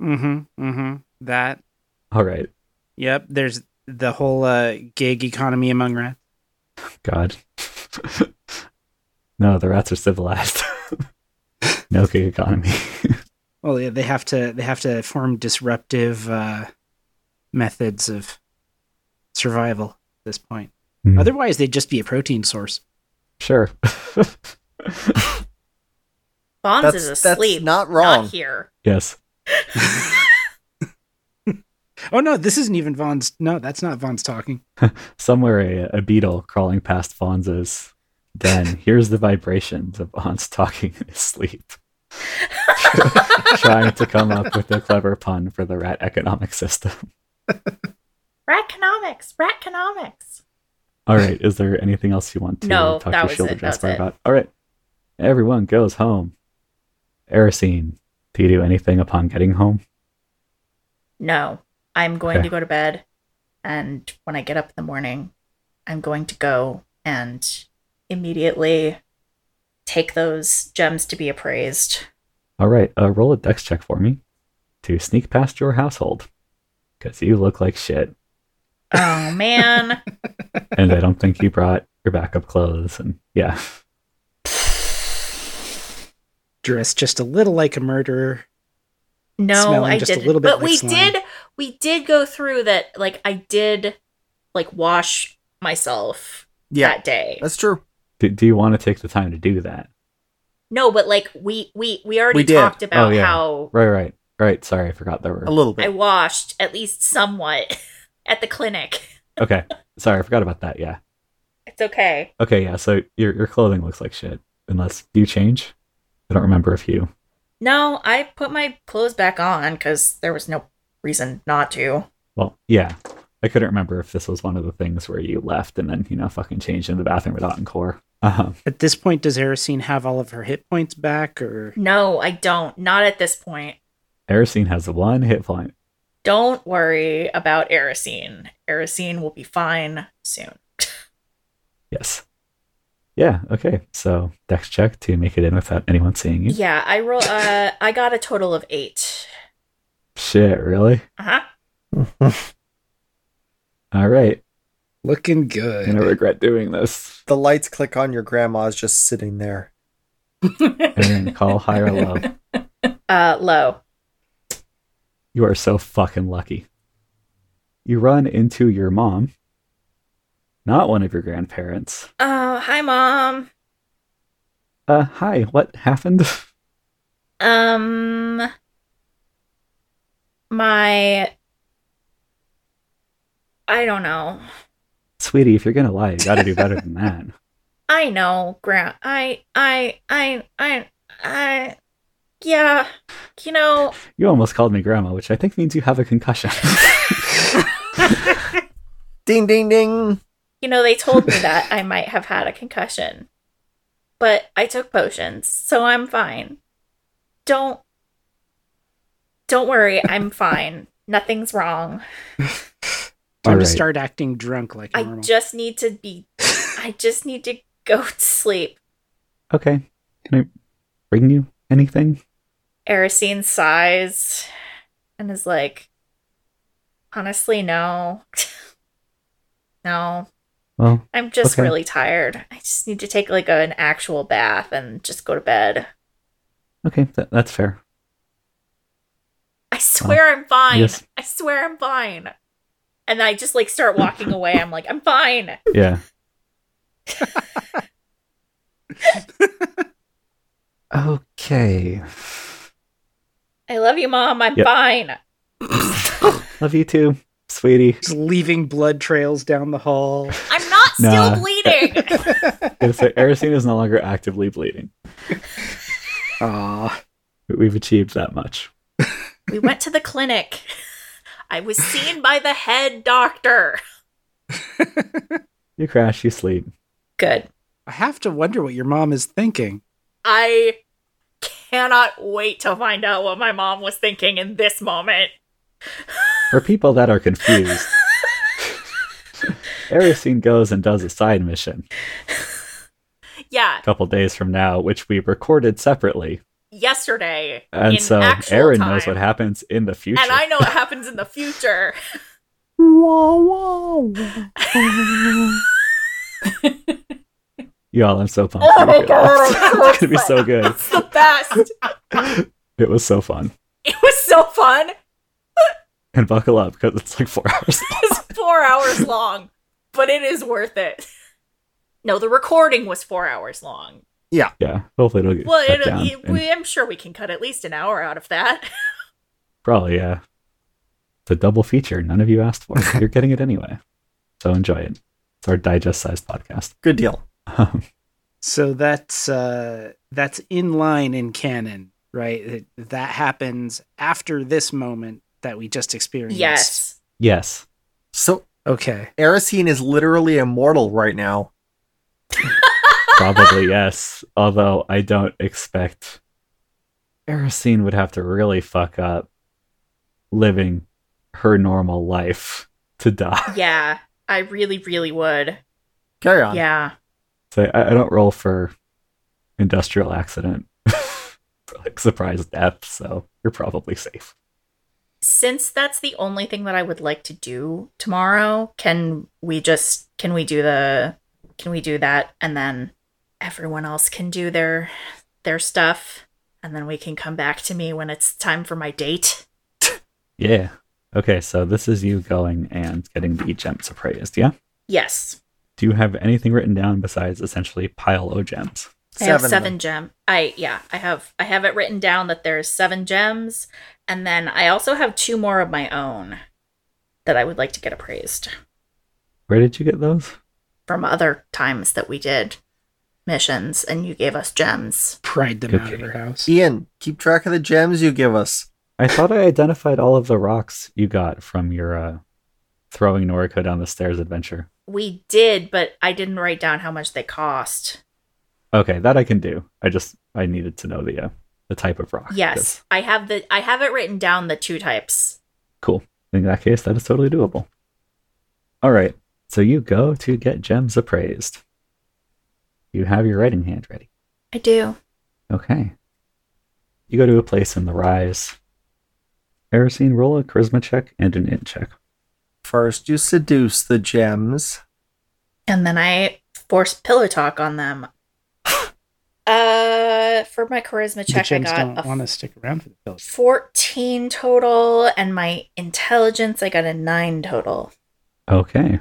Mm-hmm. Mm-hmm. That.
All right.
Yep. There's the whole uh, gig economy among rats.
God. no, the rats are civilized. no gig economy.
Well, yeah, they have to they have to form disruptive uh, methods of survival at this point.
Hmm.
Otherwise, they'd just be a protein source.
Sure.
Bonds
That's-
is
that's
asleep.
not wrong.
here.
yes.
Oh no, this isn't even Vaughn's. No, that's not Vaughn's talking.
Somewhere a, a beetle crawling past Fonz's. Then here's the vibrations of Hans talking in his sleep. Trying to come up with a clever pun for the rat economic system.
Ratconomics. Ratconomics.
All right. Is there anything else you want to
No,
talk
that
to
was
Shield
it,
or
that
Jasper
was it.
about? All right. Everyone goes home. Erosine, do you do anything upon getting home?
No, I'm going
Okay.
to go to bed. And when I get up in the morning, I'm going to go and immediately take those gems to be appraised.
All right. Uh, roll a dex check for me to sneak past your household because you look like shit.
Oh, man.
And I don't think you brought your backup clothes. And yeah.
Dressed just a little like a murderer.
No,
Smelling
I
just a
didn't.
little bit
but
like
we
slime.
did we did go through that like I did like wash myself
Yeah,
that day.
that's true.
Do, do you want to take the time to do that?
No, but like we we we already
We did.
talked about
Oh, yeah.
how
Right, right. All right. Sorry. I forgot there
A
were.
little
I
bit.
washed at least somewhat at the clinic.
Okay. Sorry. I forgot about that. Yeah.
It's okay.
Okay. Yeah. So your, your clothing looks like shit. Unless do you change. I don't remember if you.
No, I put my clothes back on because there was no reason not to.
Well, yeah. I couldn't remember if this was one of the things where you left and then, you know, fucking changed into the bathroom without encore. Uh-huh.
At this point, does Erosine have all of her hit points back, or
No, I don't. Not at this point.
Erosine has one hit point.
Don't worry about Erosine. Erosine will be fine soon.
Yes. Yeah, okay. So dex check to make it in without anyone seeing you.
Yeah, I roll. Uh, I got a total of eight.
Shit, really?
Uh huh.
All right.
looking
I'm gonna
good?
regret doing this.
the lights click on your grandma's just sitting there.
Aaron, call high or low.
Uh, low.
You are so fucking lucky. You run into your mom, not one of your grandparents.
Oh, hi, mom.
Uh, hi, what happened?
Um, my. I don't know.
Sweetie, if you're gonna lie, you gotta do better than that.
I know, Grant. I, I, I, I, I. Yeah, you know,
You almost called me grandma, which I think means you have a concussion.
Ding, ding, ding.
you know, they told me that I might have had a concussion, but I took potions, so I'm fine. Don't, don't worry, I'm fine. Nothing's wrong.
Time
All right.
to start acting drunk like
I
normal.
just need to be. I just need to go to sleep.
okay. Can I bring you anything?
Erosine sighs and is like, honestly, no. no,
Well,
I'm just
Okay.
really tired. I just need to take like an actual bath and just go to bed.
okay, th- that's fair.
I swear I'm fine.
Uh, yes.
I swear I'm fine. And I just like start walking away. I'm like, I'm fine.
Yeah. okay.
I love you, mom. I'm
Yep.
fine.
Love you too, sweetie.
just leaving blood trails down the hall.
I'm not
Nah.
still bleeding.
Okay, so Erosine is no longer actively bleeding.
Aw,
We've achieved that much.
we went to the clinic. I was seen by the head doctor.
You crash, you sleep.
Good.
I have to wonder what your mom is thinking.
I cannot wait to find out what my mom was thinking in this moment.
For people that are confused, Erosine goes and does a side mission
Yeah,
a couple days from now, which we recorded separately.
yesterday.
And
in
so
actual
Aaron
time,
knows what happens in the future.
And I know what happens in the future.
Y'all, I'm so pumped.
Oh
for
my
you.
god, I'm so
it's gonna be so
excited.
good.
It's the best.
It was so fun.
It was so fun.
and buckle up because it's like four hours.
It's four hours long, but it is worth it. No, the recording was four hours long.
yeah, hopefully it'll get
Well,
cut
it, uh,
down.
it,
and
we, I'm sure we can cut at least an hour out of that.
probably yeah. It's a double feature. None of you asked for it. You're getting it anyway, so enjoy it. It's our digest-sized podcast.
Good deal.
Um,
So that's uh, that's in line in canon, right? It, that happens after this moment that we just experienced.
yes.
yes,
So
Okay.
Aracene is literally immortal right now.
probably yes. Although I don't expect Aracene would have to really fuck up living her normal life to die.
Yeah. I really, really would.
Carry on.
Yeah.
So I, I don't roll for industrial accident, for, like surprise death. So you're probably safe.
Since that's the only thing that I would like to do tomorrow, can we just can we do the can we do that and then everyone else can do their their stuff and then we can come back to me when it's time for my date?
Yeah. Okay. So this is you going and getting the gems appraised. Yeah.
Yes.
Do you have anything written down besides essentially pile o gems?
I have
of
seven
them.
gem. I yeah, I have I have it written down that there's seven gems, and then I also have two more of my own that I would like to get appraised
Where did you get those?
from other times that we did missions and you gave us gems.
Pried them
Good
out
kid.
of her house.
Ian, keep track of the gems you give us.
I thought I identified all of the rocks you got from your uh, throwing Noriko down the stairs adventure.
We did, but I didn't write down how much they cost.
Okay, that I can do. I just I needed to know the uh, the type of rock.
Yes, I have the I have it written down the two types.
Cool. In that case, that is totally doable. All right. So you go to get gems appraised. You have your writing hand ready.
I do.
Okay. You go to a place in the rise. Aracene, roll a charisma check and an int check.
First, you seduce the gems.
And then I forced pillow talk on them. Uh, for my charisma
the
check, I
gems
got
don't
a
want to stick around for the pills.
14 total and my intelligence i got a 9 total
Okay.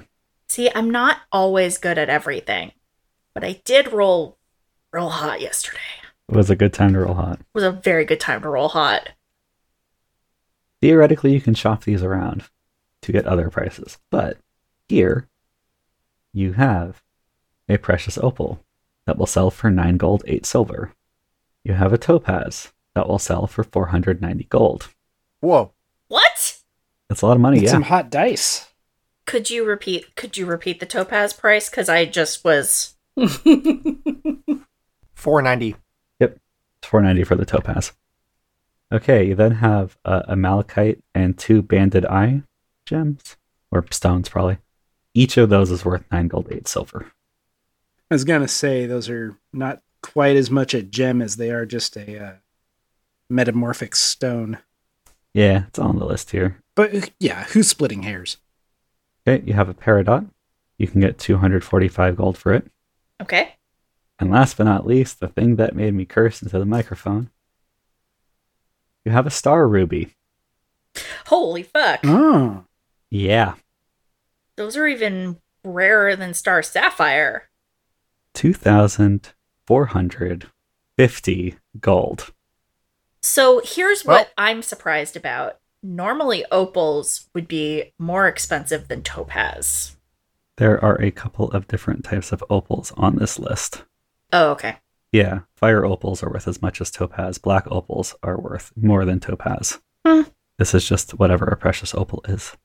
see i'm not always good at everything but i did roll roll hot yesterday
It was a good time to roll hot.
it was a very good time to roll hot
Theoretically, you can shop these around to get other prices, but here you have a precious opal that will sell for 9 gold, 8 silver. You have a topaz that will sell for 490 gold.
Whoa.
what
That's a lot of money,
Get
yeah.
some hot dice.
could you repeat could you repeat the topaz price because i just was
490.
It's 490 for the topaz. Okay, you then have uh, a malachite and two banded eye gems, or stones probably. Each of those is worth 9 gold, 8 silver.
I was gonna say those are not quite as much a gem as they are just a uh, metamorphic stone.
Yeah, it's on the list here.
But uh, yeah, who's splitting hairs?
Okay, you have a peridot. You can get 245 gold for it.
okay
And last but not least, the thing that made me curse into the microphone. You have a star ruby.
holy fuck
Oh,
Yeah.
those are even rarer than star sapphire
2,450 gold.
So here's
Well-
what I'm surprised about. Normally, opals would be more expensive than topaz.
There are a couple of different types of opals on this list.
Oh, okay.
Yeah, fire opals are worth as much as topaz. Black opals are worth more than topaz.
Hmm.
This is just whatever a precious opal is.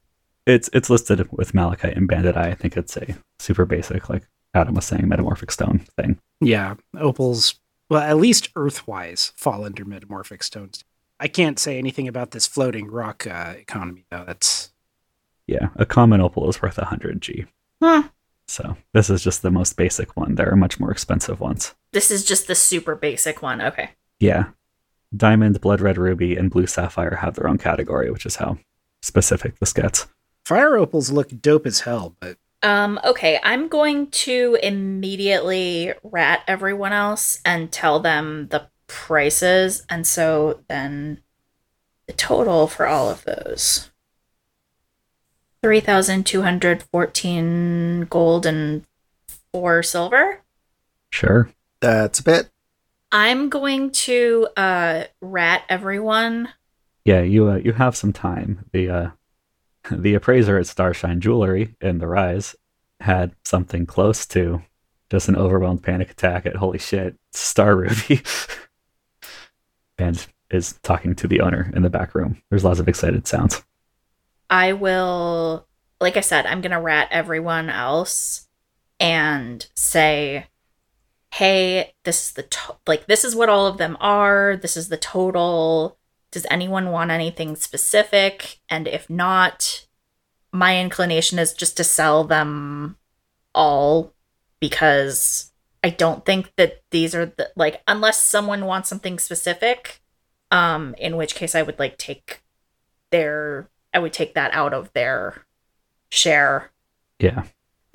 It's it's listed with malachite and banded eye. I think it's a super basic, like Adam was saying, metamorphic stone thing.
yeah, opals. Well, at least earthwise fall under metamorphic stones. I can't say anything about this floating rock uh, economy though. That's
Yeah, a common opal is worth 100 G.
Hmm.
So this is just the most basic one. There are much more expensive ones.
This is just the super basic one. Okay.
Yeah. Diamond, blood red ruby, and blue sapphire have their own category, which is how specific this gets.
fire opals look dope as hell, but
Um, okay, I'm going to immediately rat everyone else and tell them the prices, and so then the total for all of those. 3,214 gold and 4 silver.
Sure.
That's a bit.
I'm going to uh, rat everyone.
Yeah, you uh, you have some time. The uh, the appraiser at Starshine Jewelry in the Rise had something close to just an overwhelmed panic attack at holy shit Star Ruby, and is talking to the owner in the back room. There's lots of excited sounds.
I will, like I said, I'm going to rat everyone else and say, hey, this is the, to- like, this is what all of them are. This is the total. Does anyone want anything specific? And if not, my inclination is just to sell them all because I don't think that these are the, like, unless someone wants something specific, um, in which case I would, like, take their I would take that out of their share.
Yeah.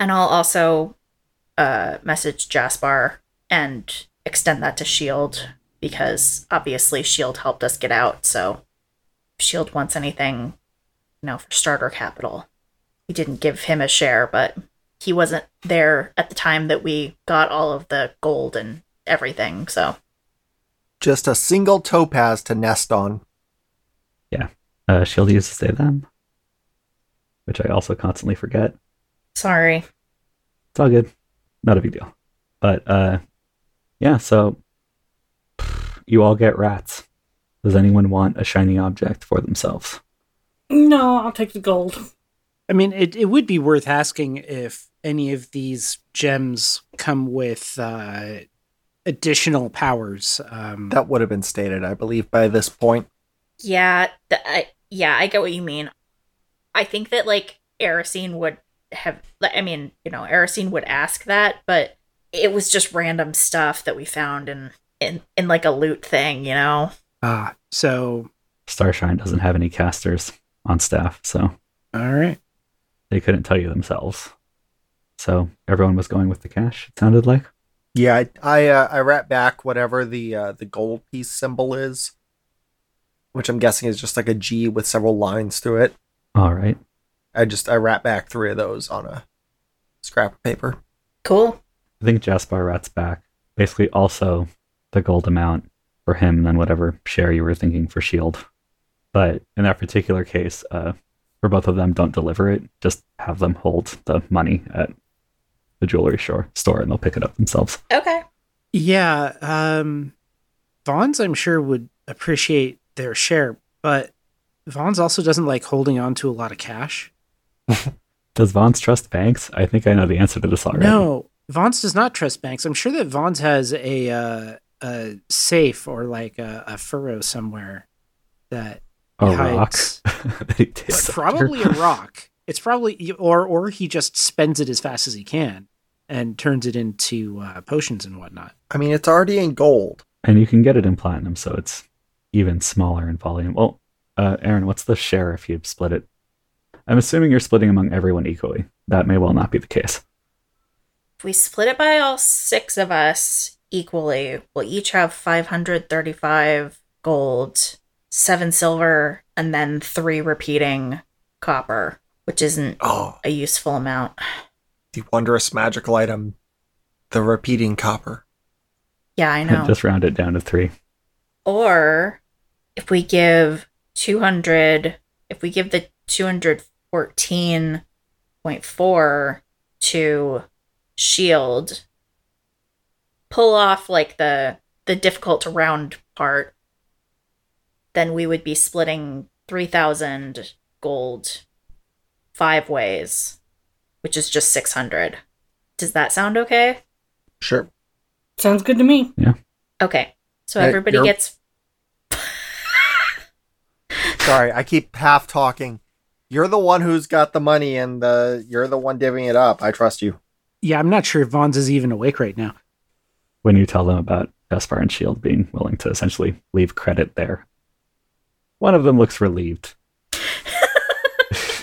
And I'll also uh, message Jaspar and extend that to Shield E because obviously Shield E helped us get out. So if Shield E wants anything, you know, for starter capital. We didn't give him a share, but he wasn't there at the time that we got all of the gold and everything. So
Just a single topaz to nest on.
Uh, Shield used to say them, which I also constantly forget.
sorry.
it's all good. Not a big deal. But uh yeah, so you all get rats. Does anyone want a shiny object for themselves?
No, I'll take the gold.
I mean, it, it would be worth asking if any of these gems come with uh, additional powers. Um,
That would have been stated, I believe, by this point.
Yeah, th- I, yeah, I get what you mean. I think that like Aracene would have. like, I mean, you know, Aracene would ask that, but it was just random stuff that we found in in in like a loot thing, you know.
ah, so,
Starshine doesn't have any casters on staff, so
all right.
they couldn't tell you themselves. So everyone was going with the cash, it sounded like.
Yeah, I I, uh, I wrap back whatever the uh, the gold piece symbol is, which I'm guessing is just like a G with several lines through it.
All right.
I just I wrap back three of those on a scrap of paper.
Cool.
I think Jaspar rats back. Basically also the gold amount for him than whatever share you were thinking for Shield. E But in that particular case, uh, for both of them, don't deliver it. Just have them hold the money at the jewelry store, store and they'll pick it up themselves.
Okay.
Yeah, um, Vaughn's, I'm sure, would appreciate their share, but Vaughn's also doesn't like holding on to a lot of cash.
Does Vaughn's trust banks? I think I know the answer to this already.
No, Vaughn's does not trust banks. I'm sure that Vaughn's has a uh, a safe or like a, a furrow somewhere that
A rock
hides.
that he digs under.
probably a rock. It's probably or or he just spends it as fast as he can and turns it into uh, potions and whatnot.
I mean, it's already in gold.
And you can get it in platinum, so it's even smaller in volume. Well, uh, Aaron, what's the share if you split it? I'm assuming you're splitting among everyone equally. That may well not be the case.
If we split it by all six of us equally, we'll each have five hundred thirty-five gold, seven silver, and then three repeating copper, which isn't
Oh,
a useful amount.
the wondrous magical item, the repeating copper.
Yeah, I know.
Just round it down to three.
or if we give 200 if we give the 214.4 to shield E pull off like the the difficult to round part then we would be splitting 3000 gold five ways which is just 600 does that sound okay
Sure.
Sounds good to me.
okay so
Hey,
everybody
you're-
gets
Sorry, I keep half talking. You're the one who's got the money, and the you're the one divvying it up. I trust you.
Yeah, I'm not sure if Vaughn's is even awake right now.
when you tell them about Gaspar and Shield E being willing to essentially leave credit there. One of them looks relieved. it's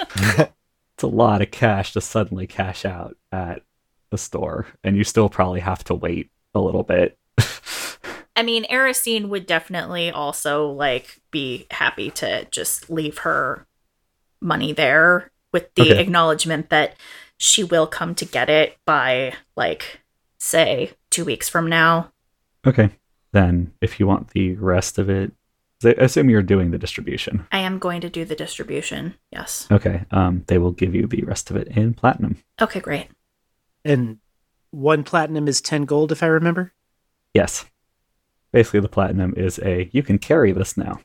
a lot of cash to suddenly cash out at the store, and you still probably have to wait a little bit.
I mean, Aracene would definitely also like be happy to just leave her money there with the
Okay.
acknowledgement that she will come to get it by like say two weeks from now.
Okay. Then, if you want the rest of it, 'cause I assume you're doing the distribution.
I am going to do the distribution. Yes.
Okay. Um, they will give you the rest of it in platinum.
Okay, great.
And one platinum is 10 gold, if I remember.
Yes. Basically, the platinum is a you can carry this now.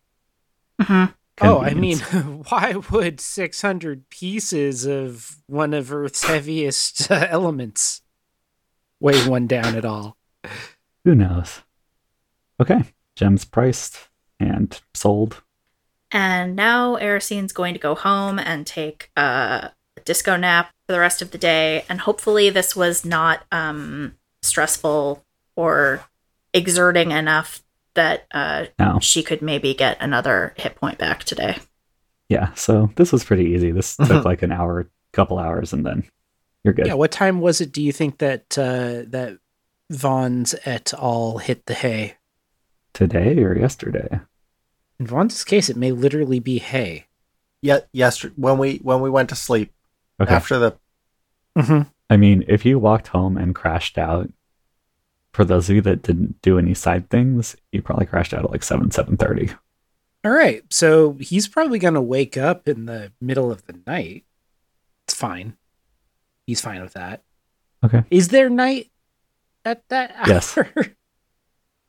hmm
Oh, I mean,
Convenience.
why would 600 pieces of one of Earth's heaviest uh, elements weigh one down at all?
who knows? Okay. Gems priced and sold.
And now Erisine's going to go home and take a disco nap for the rest of the day. And hopefully, this was not um, stressful or exerting enough that uh,
Now,
she could maybe get another hit point back today.
yeah. So this was pretty easy. This took like an hour, couple hours, and then you're good.
Yeah, what time was it do you think that uh, that Vaughn's et al. hit the hay?
Today or yesterday?
In Vaughn's case, it may literally be hay.
Yeah, yesterday when we when we went to sleep
Okay.
after the
Mm-hmm.
I mean, if you walked home and crashed out, for those of you that didn't do any side things, you probably crashed out at like seven, seven thirty.
All right, so he's probably going to wake up in the middle of the night. It's fine. He's fine with that.
Okay.
Is there night at that hour?
Yes.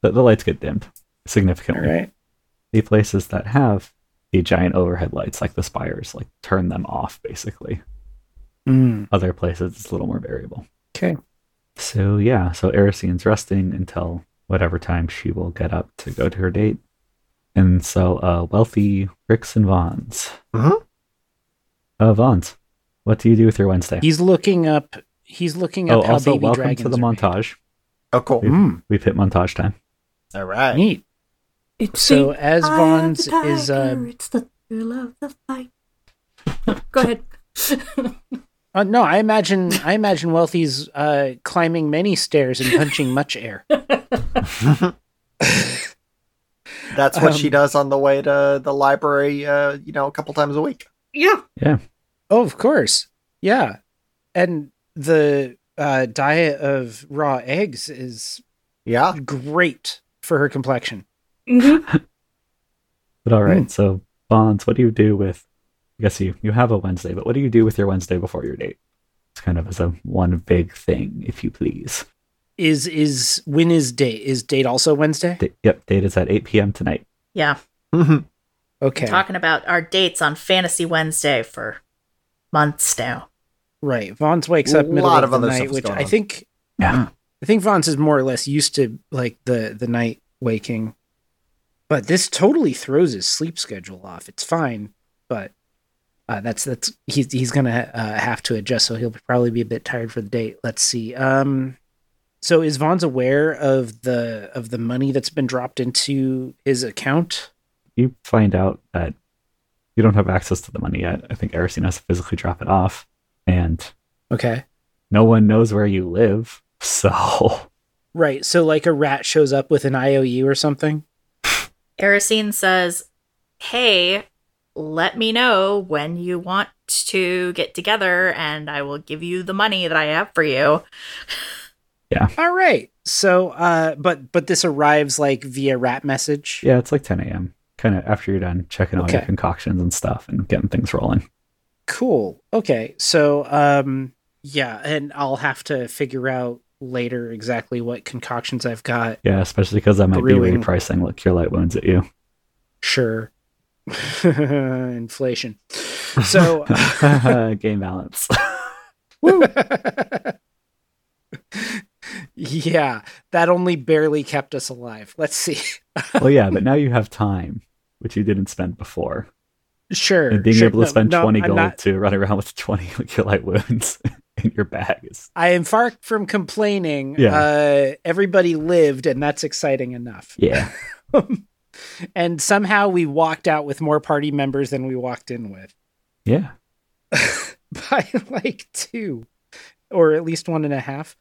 The, the lights get dimmed
All
significantly.
right.
The places that have the giant overhead lights, like the spires, like turn them off basically.
Mm.
Other places, it's a little more variable.
Okay.
So yeah, so Erisine's resting until whatever time she will get up to go to her date. And so uh wealthy Ricks and Vons.
Mhm.
Uh Vons, what do you do with your Wednesday?
He's looking up. He's looking up
Oh,
how
also
baby
welcome
dragons
to the
are made.
montage.
oh cool
We've,
Mm.
we've hit montage time.
all right
Neat.
It's
So
the
as
eye of
Vaughn's
the
is uh,
tiger, it's the thrill of the fight. Go ahead.
uh, no, I imagine I imagine Wealthy's uh, climbing many stairs and punching much air.
Mm-hmm. that's what she
Um,
does on the way to the library uh you know a couple times a week
yeah.
Yeah.
Oh, of course, yeah. And the uh, diet of raw eggs is
yeah
great for her complexion.
Mhm.
But all right, so Vons, what do you do with I guess you you have a Wednesday, but what do you do with your Wednesday before your date? It's kind of as a one big thing, if you please.
Is is when is date? Is date also Wednesday?
Da- yep, date is at eight PM tonight.
Yeah.
Mhm.
Okay,
Talking about our dates on Fantasy Wednesday for months now.
right. Vaughn's wakes up
A
middle
lot
of,
of
the
other stuff
night,
is
which
going
I
on.
think
Yeah.
I think Vance is more or less used to like the the night waking, but this totally throws his sleep schedule off. It's fine, but uh, that's that's he's he's gonna uh, have to adjust, so he'll probably be a bit tired for the date. Let's see. Um, so is Vaughn's aware of the of the money that's been dropped into his account?
You find out that you don't have access to the money yet. I think Erisine has to physically drop it off. And
Okay,
no one knows where you live. So
right. So like a rat shows up with an IOU or something.
Erisine says, Hey, let me know when you want to get together, and I will give you the money that I have for you.
All right. So, uh, but but this arrives like via rat message.
yeah, it's like ten AM. Kinda after you're done checking all your
Okay.
concoctions and stuff and getting things rolling.
Cool. Okay. So, um, yeah, and I'll have to figure out later exactly what concoctions I've got.
Yeah, especially because I might
Brewing.
be repricing like cure light wounds at you.
Sure. Inflation. So,
Game balance.
yeah, that only barely kept us alive. Let's see.
well, yeah, but now you have time, which you didn't spend before,
Sure.
and being
sure.
able to
No,
spend
no,
twenty
I'm
gold
not-
to run around with twenty cure light wounds in your bag is
I am far from complaining.
Yeah.
Uh, everybody lived, and that's exciting enough.
yeah.
and somehow we walked out with more party members than we walked in with
Yeah.
by like two or at least one and a half.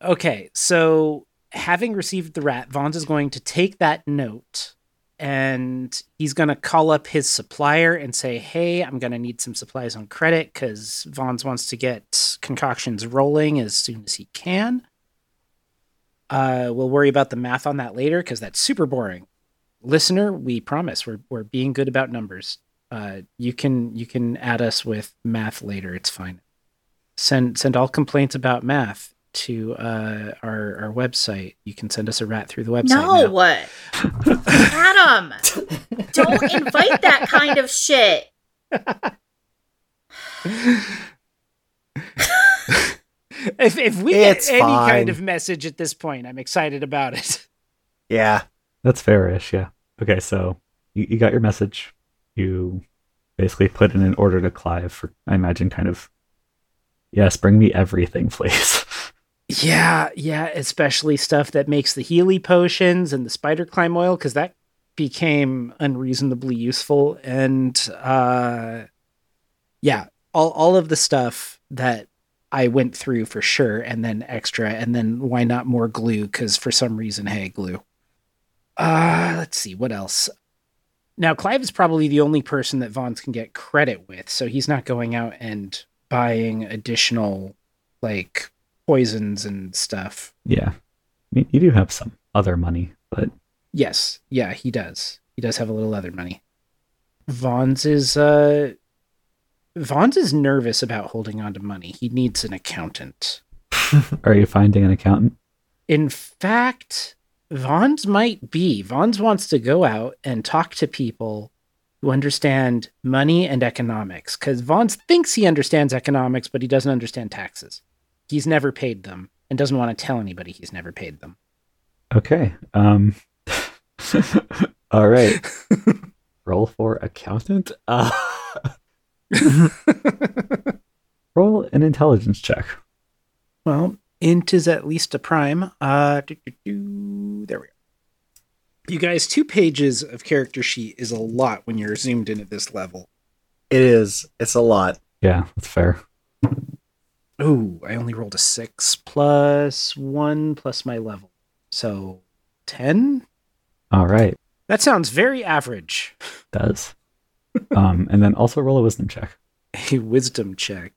Okay, so having received the rat, Vons is going to take that note and he's going to call up his supplier and say, Hey, I'm going to need some supplies on credit because Vons wants to get concoctions rolling as soon as he can. Uh, we'll worry about the math on that later because that's super boring. Listener, we promise we're, we're being good about numbers. Uh, you can you can add us with math later. It's fine. Send send all complaints about math to uh, our our website. You can send us a rat through the website.
No,
now.
what? Adam, don't invite that kind of shit.
if if we
It's
get any
fine.
kind of message at this point, I'm excited about it.
Yeah.
That's fairish, yeah. Okay, so you, you got your message. You basically put in an order to Clive for, I imagine, kind of, yes, bring me everything, please.
Yeah, yeah, especially stuff that makes the Healy potions and the spider climb oil because that became unreasonably useful and uh yeah, all all of the stuff that I went through for sure and then extra and then why not more glue cuz for some reason hey glue. Uh let's see what else. Now Clive is probably the only person that Vaughn's can get credit with, so he's not going out and buying additional like poisons and stuff.
yeah. I mean, you do have some other money, but
Yes, yeah, he does. He does have a little other money. Vaughn's is uh Vaughn's is nervous about holding on to money. He needs an accountant.
are you finding an accountant?
In fact, Vaughn's might be. Vaughn's wants to go out and talk to people who understand money and economics. Because Vaughn's thinks he understands economics, but he doesn't understand taxes. He's never paid them and doesn't want to tell anybody he's never paid them.
Okay. Um. all right. Roll for accountant. Uh, roll an intelligence check.
Well, int is at least a prime. Uh, do, do, do. there we go. You guys, two pages of character sheet is a lot when you're zoomed in at this level.
It is. It's a lot.
Yeah, that's fair.
Ooh, I only rolled a six plus one plus my level, so ten.
All right.
That sounds very average.
Does. Um, and then also roll a wisdom check.
A wisdom check.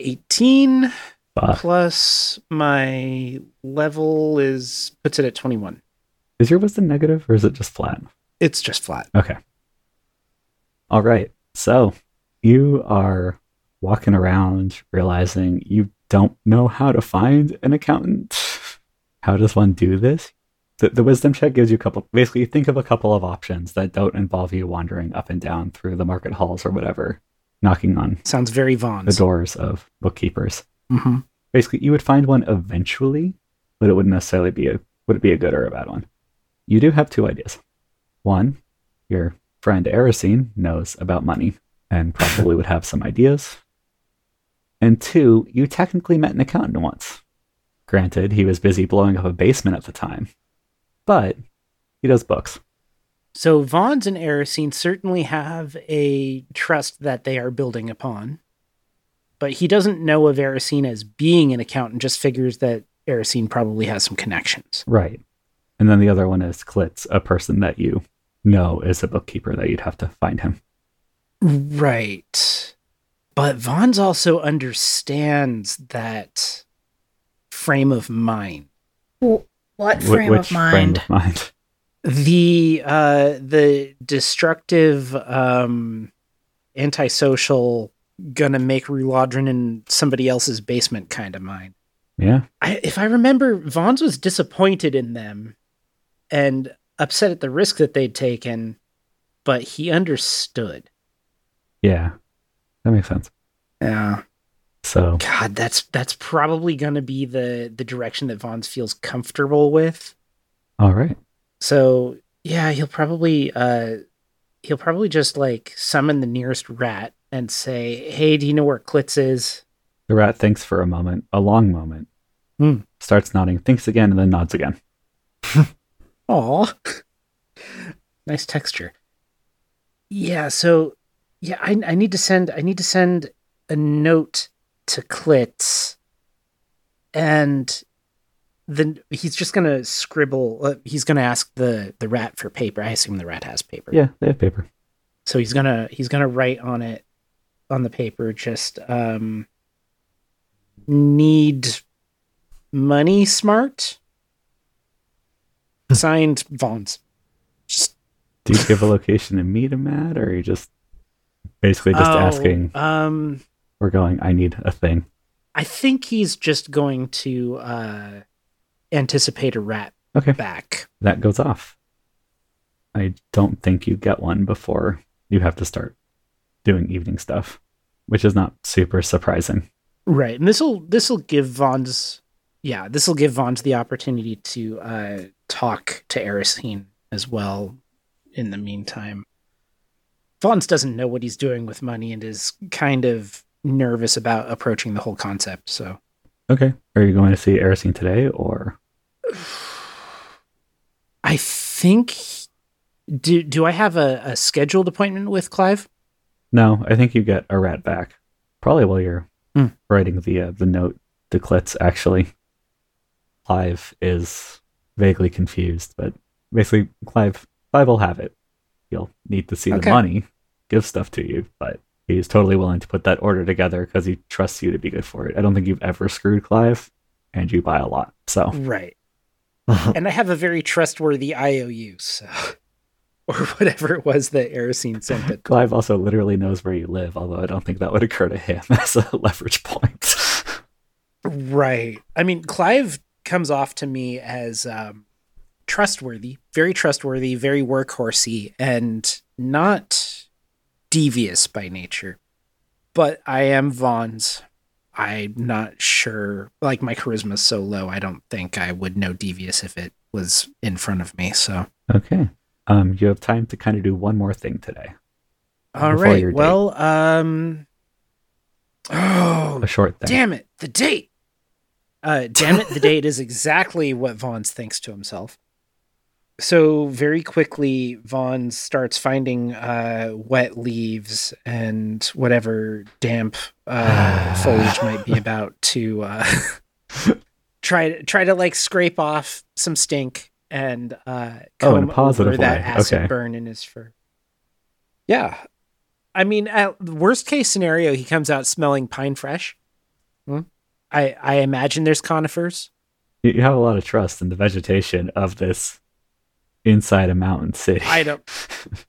Eighteen
Fuck.
plus my level is puts it at twenty-one.
Is your wisdom negative or is it just flat?
It's just flat.
Okay. All right. So you are walking around realizing you don't know how to find an accountant. How does one do this? The, the wisdom check gives you a couple, basically, think of a couple of options that don't involve you wandering up and down through the market halls or whatever, knocking on
Sounds very
the
Vaughn's.
doors of bookkeepers.
Mm-hmm.
basically you would find one eventually, but it wouldn't necessarily be a would it be a good or a bad one. You do have two ideas. One, your friend Erisine knows about money and probably would have some ideas. And two, you technically met an accountant once. Granted, he was busy blowing up a basement at the time, but he does books.
So Vaughn's and Erisine certainly have a trust that they are building upon, but he doesn't know of Erisine as being an accountant. Just figures that Erisine probably has some connections.
Right. And then the other one is Klitz, a person that you know is a bookkeeper that you'd have to find him.
Right, but Vaughn's also understands that frame of mind.
What
Wh-
frame
which
of mind?
frame of mind?
the uh the destructive um antisocial gonna make rulaudrin in somebody else's basement kind of mind
Yeah.
I, if i remember vaughn's was disappointed in them and upset at the risk that they'd taken but he understood
Yeah, that makes sense.
yeah
So
god that's that's probably gonna be the the direction that vaughn's feels comfortable with
all right,
So yeah, he'll probably uh he'll probably just like summon the nearest rat and say, Hey, do you know where Klitz is?
the rat thinks for a moment, a long moment,
Hmm.
starts nodding, thinks again, and then nods again.
Aw. nice texture. Yeah, so yeah, I I need to send I need to send a note to Klitz and the he's just gonna scribble. Uh, he's gonna ask the the rat for paper. I assume the rat has paper.
Yeah, they have paper.
So he's gonna he's gonna write on it on the paper just um need money smart
Hmm.
signed Vons. Just
Do you give a location to meet him at, or are you just basically just
Oh,
asking?
Um,
We're going. I need a thing.
I think he's just going to uh anticipate a rat
Okay,
back.
that goes off. I don't think you get one before you have to start doing evening stuff, which is not super surprising.
Right. And this'll this'll give Vons yeah, this'll give Vons the opportunity to uh talk to Erisine as well in the meantime. Vons doesn't know what he's doing with money and is kind of nervous about approaching the whole concept, so
Okay, are you going to see Erisine today, or
I think do do I have a, a scheduled appointment with Clive?
no? I think you get a rat back probably while you're
Hmm.
writing the uh, the note. The Klitz actually, Clive is vaguely confused, but basically Clive Clive will have it. He'll need to see
Okay.
the money, give stuff to you, but he's totally willing to put that order together because he trusts you to be good for it. I don't think you've ever screwed Clive, and you buy a lot, so
Right. and I have a very trustworthy IOU, so or whatever it was that Erisine sent it.
Clive also literally knows where you live, although I don't think that would occur to him as a leverage point.
Right. I mean, Clive comes off to me as um, trustworthy, very trustworthy, very workhorsey, and not devious by nature. But I am Vaughn's. I'm not sure. Like, my charisma's so low, I don't think I would know devious if it was in front of me. So,
okay. Um, you have time to kind of do one more thing today. Before
all
your
right.
date.
Well, um, oh,
A short thing.
Damn it, the date. Uh, damn it, the date is exactly what Vaughns thinks to himself. So very quickly, Vaughn starts finding uh, wet leaves and whatever damp uh, foliage might be about to uh, try to try to like scrape off some stink and uh,
Oh, in a
comb
positive
over that
way.
acid
Okay.
burn in his fur. Yeah, I mean, at the worst case scenario, he comes out smelling pine fresh. Hmm? I I imagine there's conifers.
You you have a lot of trust in the vegetation of this inside a mountain city.
I don't.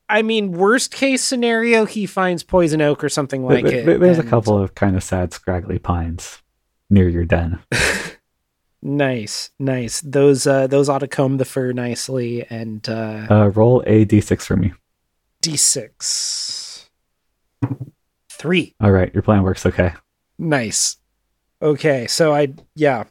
I mean, worst case scenario, he finds poison oak or something
There-
like
there-
it.
there's a
and-
couple of kind of sad, scraggly pines near your den.
Nice, nice. Those uh, those ought to comb the fur nicely. And uh,
Uh, roll a d6 for me.
D six, three.
All right, your plan works okay.
Nice. Okay, so I yeah,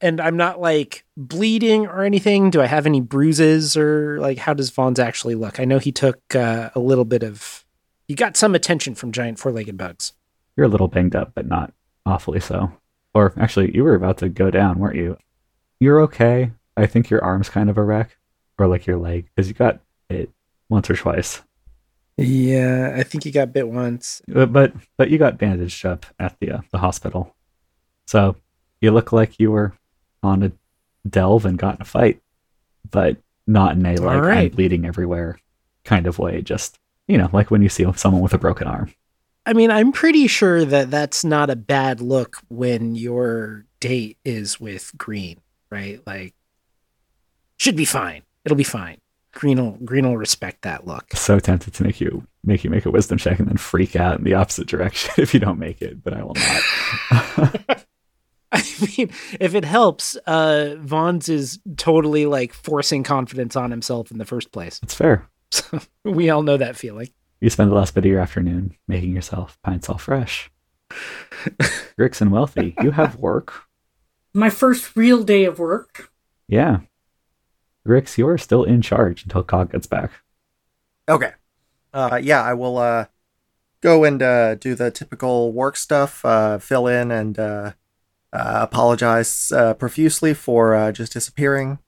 and I'm not like bleeding or anything. Do I have any bruises or like how does Vaughn's actually look? I know he took uh, a little bit of. He got some attention from giant four-legged bugs.
You're a little banged up, but not awfully so. Or actually, you were about to go down, weren't you? You're okay. I think your arm's kind of a wreck, or like your leg, because you got it once or twice.
Yeah, I think he got bit once.
Uh, But but you got bandaged up at the uh, the hospital, so you look like you were on a delve and got in a fight, but not in a like I'm
right.
bleeding everywhere kind of way. Just you know, like when you see someone with a broken arm.
I mean, I'm pretty sure that that's not a bad look when your date is with Green, right? Like, should be fine. It'll be fine. Green will Green will respect that look.
So tempted to make you make you make a wisdom check and then freak out in the opposite direction if you don't make it, but I will not.
I mean, if it helps, uh, Vaughn's is totally like forcing confidence on himself in the first place.
It's fair.
So we all know that feeling.
You spend the last bit of your afternoon making yourself pine salt fresh. Grix and wealthy, you have work.
My first real day of work.
Yeah. Grix, you're still in charge until Cog gets back.
Okay. Uh, yeah, I will uh, go and uh, do the typical work stuff, uh, fill in and uh, uh, apologize uh, profusely for uh, just disappearing.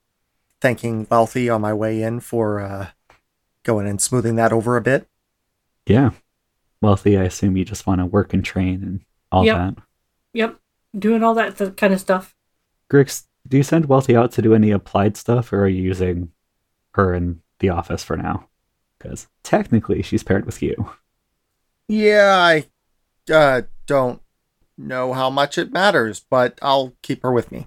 Thanking Wealthy on my way in for uh, going and smoothing that over a bit.
Yeah. Wealthy, I assume you just want to work and train and all
Yep.
that.
Yep, doing all that th- kind of stuff.
Grix Do you send Wealthy out to do any applied stuff, or are you using her in the office for now? Because technically, she's paired with you.
Yeah, I uh, don't know how much it matters, but I'll keep her with me.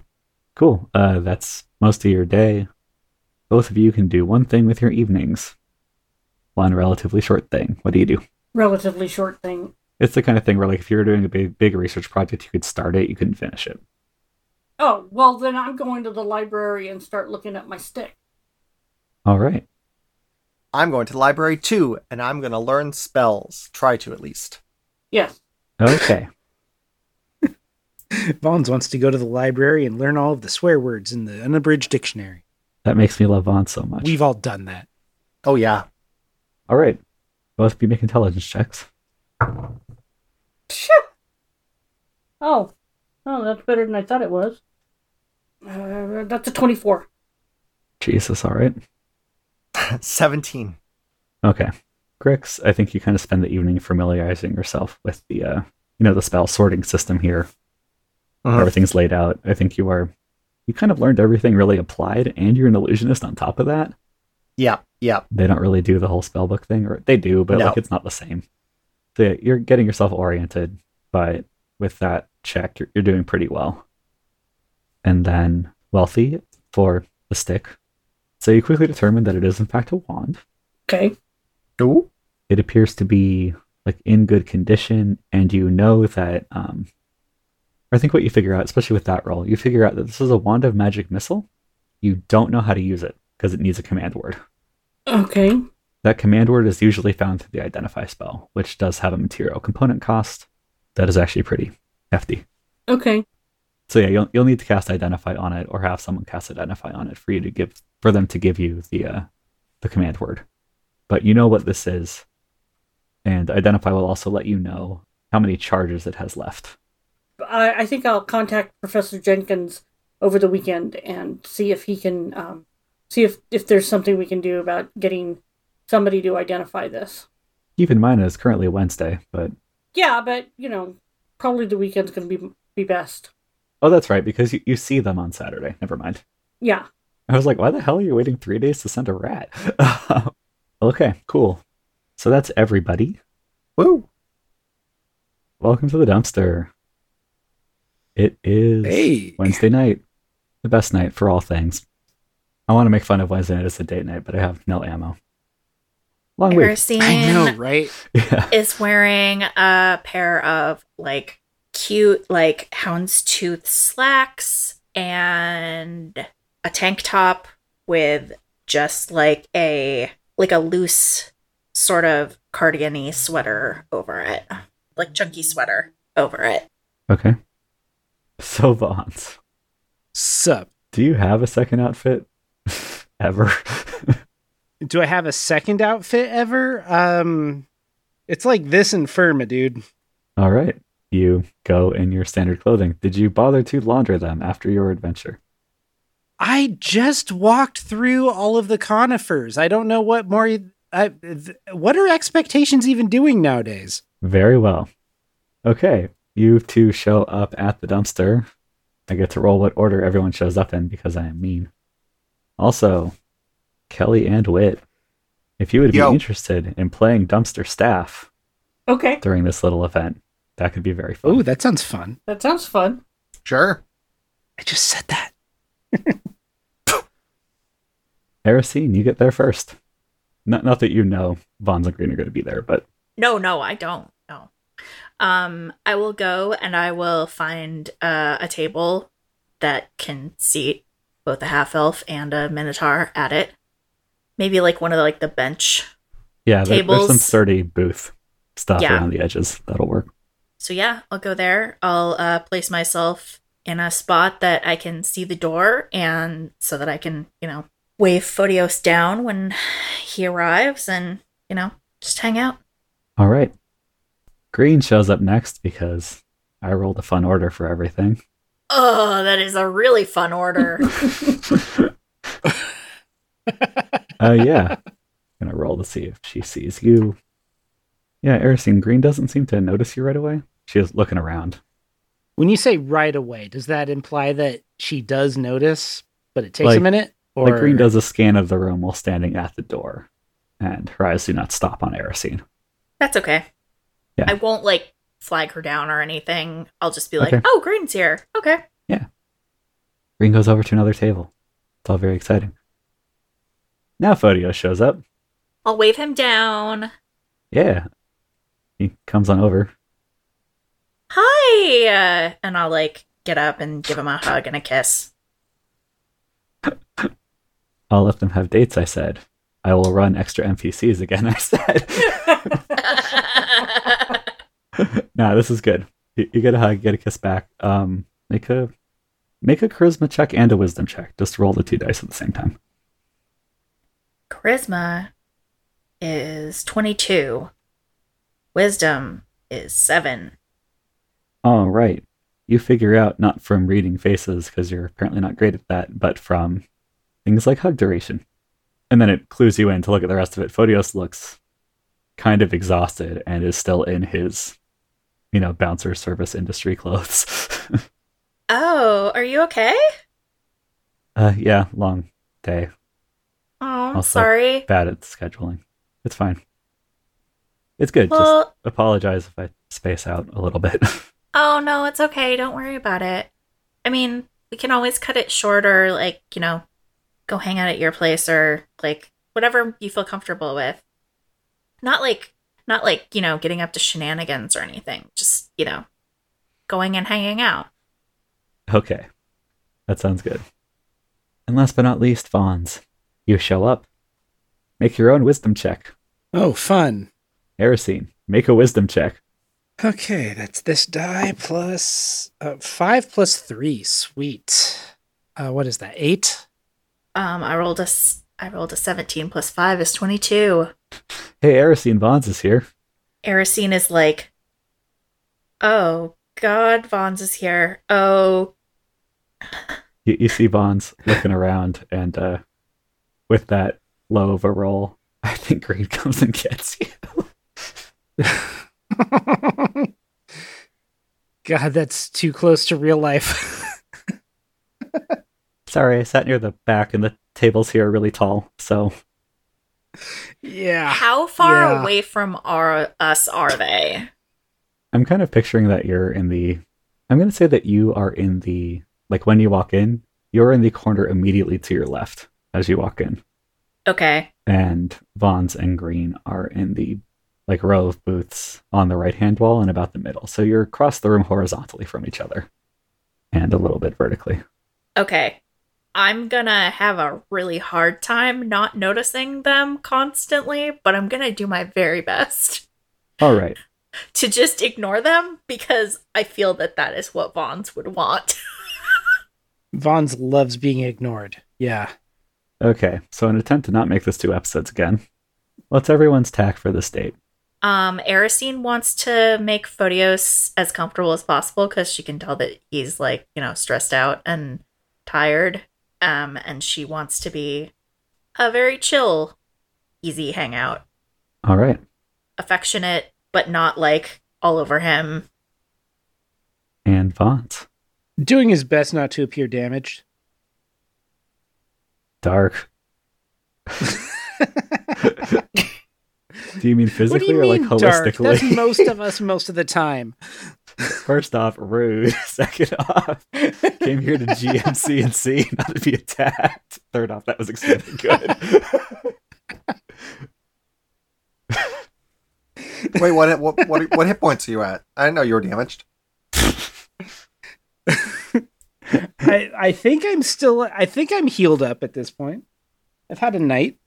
Cool. Uh, that's most of your day. Both of you can do one thing with your evenings. One relatively short thing. What do you do?
Relatively short thing.
It's the kind of thing where, like, if you were doing a big, big research project, you could start it, you couldn't finish it.
Oh, well, then I'm going to the library and start looking at my stick.
All right.
I'm going to the library too, and I'm going to learn spells. Try to at least.
Yes.
Okay.
Vons wants to go to the library and learn all of the swear words in the unabridged dictionary.
that makes me love Vaughn so much.
We've all done that.
Oh yeah.
All right. Both of you make intelligence checks.
Oh, oh, that's better than I thought it was. Uh, that's a 24.
Jesus, all right.
17.
Okay. Grix, I think you kind of spend the evening familiarizing yourself with the uh you know the spell sorting system here.
Uh-huh.
Everything's laid out. I think you are you kind of learned everything really applied and you're an illusionist on top of that.
Yeah, yeah.
They don't really do the whole spellbook thing or they do, but
No.
like it's not the same. So yeah, you're getting yourself oriented, but with that check you're, you're doing pretty well. And then wealthy for the stick. So you quickly determine that it is in fact a wand.
Okay.
Ooh.
it appears to be like in good condition and you know that um i think what you figure out especially with that roll you figure out that this is a wand of magic missile you don't know how to use it because it needs a command word
Okay.
that command word is usually found through the identify spell which does have a material component cost that is actually pretty hefty
Okay.
so yeah you'll, you'll need to cast identify on it or have someone cast identify on it for you to give for them to give you the uh the command word but you know what this is and identify will also let you know how many charges it has left
I, I think I'll contact Professor Jenkins over the weekend and see if he can um, see if, if there's something we can do about getting somebody to identify this.
keep in mind it's currently wednesday but
Yeah, but you know, probably the weekend's going to be be best.
oh that's right because you, you see them on saturday never mind
Yeah.
i was like why the hell are you waiting three days to send a rat okay cool so that's everybody
Woo.
Welcome to the dumpster. It is
Hey.
Wednesday night, the best night for all things. I want to make fun of Wednesday night as a date night, but I have no ammo.
Oh,
Long week.
Christine
I know, right?
Yeah.
is wearing a pair of like cute like houndstooth slacks and a tank top with just like a like a loose sort of cardigan-y sweater over it. Like chunky sweater over it.
Okay. So Vons,
Sup.
do you have a second outfit ever?
Do I have a second outfit ever? Um it's like this in Firma, dude.
all right. You go in your standard clothing. Did you bother to launder them after your adventure?
I just walked through all of the conifers. I don't know what more I th- what are expectations even doing nowadays?
Very well. Okay, you two show up at the dumpster. I get to roll what order everyone shows up in because I am mean. Also, Kelly and Wit, if you would
Yo.
be interested in playing dumpster staff
Okay.
during this little event, that could be very fun.
Oh, that sounds fun.
That sounds fun.
Sure.
I just said that.
Erisine, you get there first. Not, not that you know Vons and Green are going to be there, but
No, no, I don't. No. Um, I will go and I will find uh, a table that can seat both a half elf and a minotaur at it. Maybe like one of the, like the bench.
yeah, there- there's some
Tables.
sturdy booth stuff
Yeah.
around the edges. That'll work.
So yeah, I'll go there. I'll uh, place myself in a spot that I can see the door and so that I can, you know, wave Photios down when he arrives and, you know, just hang out.
All right. Green shows up next because I rolled a fun order for everything.
Oh, that is a really fun order.
Oh yeah. Gonna roll to see if she sees you. Yeah, Erisine Green doesn't seem to notice you right away. She is looking around.
When you say right away, does that imply that she does notice, but it takes a
Like-
minute? Or
Like Green does a scan of the room while standing at the door, and her eyes do not stop on Aracene.
That's okay.
Yeah.
I won't like flag her down or anything. I'll just be like,
Okay.
"Oh, Green's here." Okay.
Green goes over to another table. It's all very exciting. Now Fodio shows up.
I'll wave him down.
Yeah. He comes on over.
Hi, uh, and I'll like get up and give him a hug and a kiss.
I'll let them have dates, I said. I will run extra NPCs again, I said. nah, this is good. You, you get a hug, you get a kiss back. Um, make a make a charisma check and a wisdom check. Just roll the two dice at the same time.
Charisma is 22. Wisdom is 7.
All right. You figure out not from reading faces because you're apparently not great at that, but from things like hug duration. And then it clues you in to look at the rest of it. Photios looks kind of exhausted and is still in his, you know, bouncer service industry clothes.
Oh, are you okay?
uh, yeah, long day.
Oh, I'm
Also-
sorry.
Bad at scheduling. It's fine. It's good. Just
Well,
apologize if I space out a little bit.
oh no, it's okay. Don't worry about it. I mean, we can always cut it short or like, you know, go hang out at your place or like whatever you feel comfortable with. Not like not like, you know, getting up to shenanigans or anything. Just, you know, going and hanging out.
Okay. That sounds good. And last but not least, Vons. You show up. Make your own wisdom check.
Oh, fun.
Erisine, make a wisdom check.
Okay, that's this die plus uh, five plus three. Sweet. Uh, what is that? Eight?
Um, I rolled a s- I rolled a 17 plus 5 is 22.
Hey, Erisine, Vons is here.
Aracene is like, "Oh god, Vons is here. Oh,
You, you see Vons looking around, and uh, with that low of a roll, I think Green comes and gets you.
God, that's too close to real life.
Sorry, I sat near the back, and the tables here are really tall, so
yeah.
how far
Ah, yeah.
away from our us are they?"
I'm kind of picturing that you're in the. I'm going to say that you are in the. Like when you walk in, you're in the corner immediately to your left as you walk in.
Okay.
And Vaughn's and Green are in the like row of booths on the right hand wall and about the middle. So you're across the room horizontally from each other and a little bit vertically.
Okay. I'm going to have a really hard time not noticing them constantly, but I'm going to do my very best
All right.
to just ignore them because I feel that that is what Vons would want.
Vons loves being ignored. Yeah.
Okay. So, in an attempt to not make this two episodes again, what's everyone's tack for this date?
Um, Aracene wants to make Photios as comfortable as possible because she can tell that he's like, you know, stressed out and tired. Um, and she wants to be a very chill, easy hangout,
All right.
affectionate, but not like all over him.
And Vaughn's.
Doing his best not to appear damaged.
Dark. Do you mean
What do
physically
you
or like
mean dark? That's
holistically?
most of us most of the time.
First off, rude. Second off, came here to GMC and C, not to be attacked. Third off, that was extremely good.
Wait, what, what what what hit points are you at? I didn't know you were damaged.
I, I think I'm still I think I'm healed up at this point. I've had a night.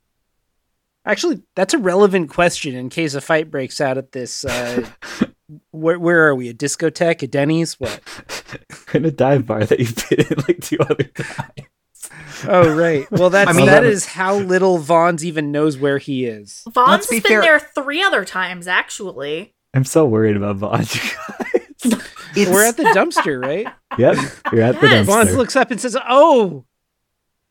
Actually, that's a relevant question in case a fight breaks out at this uh where where are we? A discotheque, a Denny's? What?
in a dive bar that you've been in like two other times.
Oh right. Well that's
I mean,
that
that-
is how little Vons even knows where he is.
Vaughn's
Let's be
been
fair-
there three other times, actually.
I'm so worried about Vaughn, you guys.
We're at the dumpster, right?
yep, you're at the
Yes.
Vons
dumpster.
looks up and says, Oh,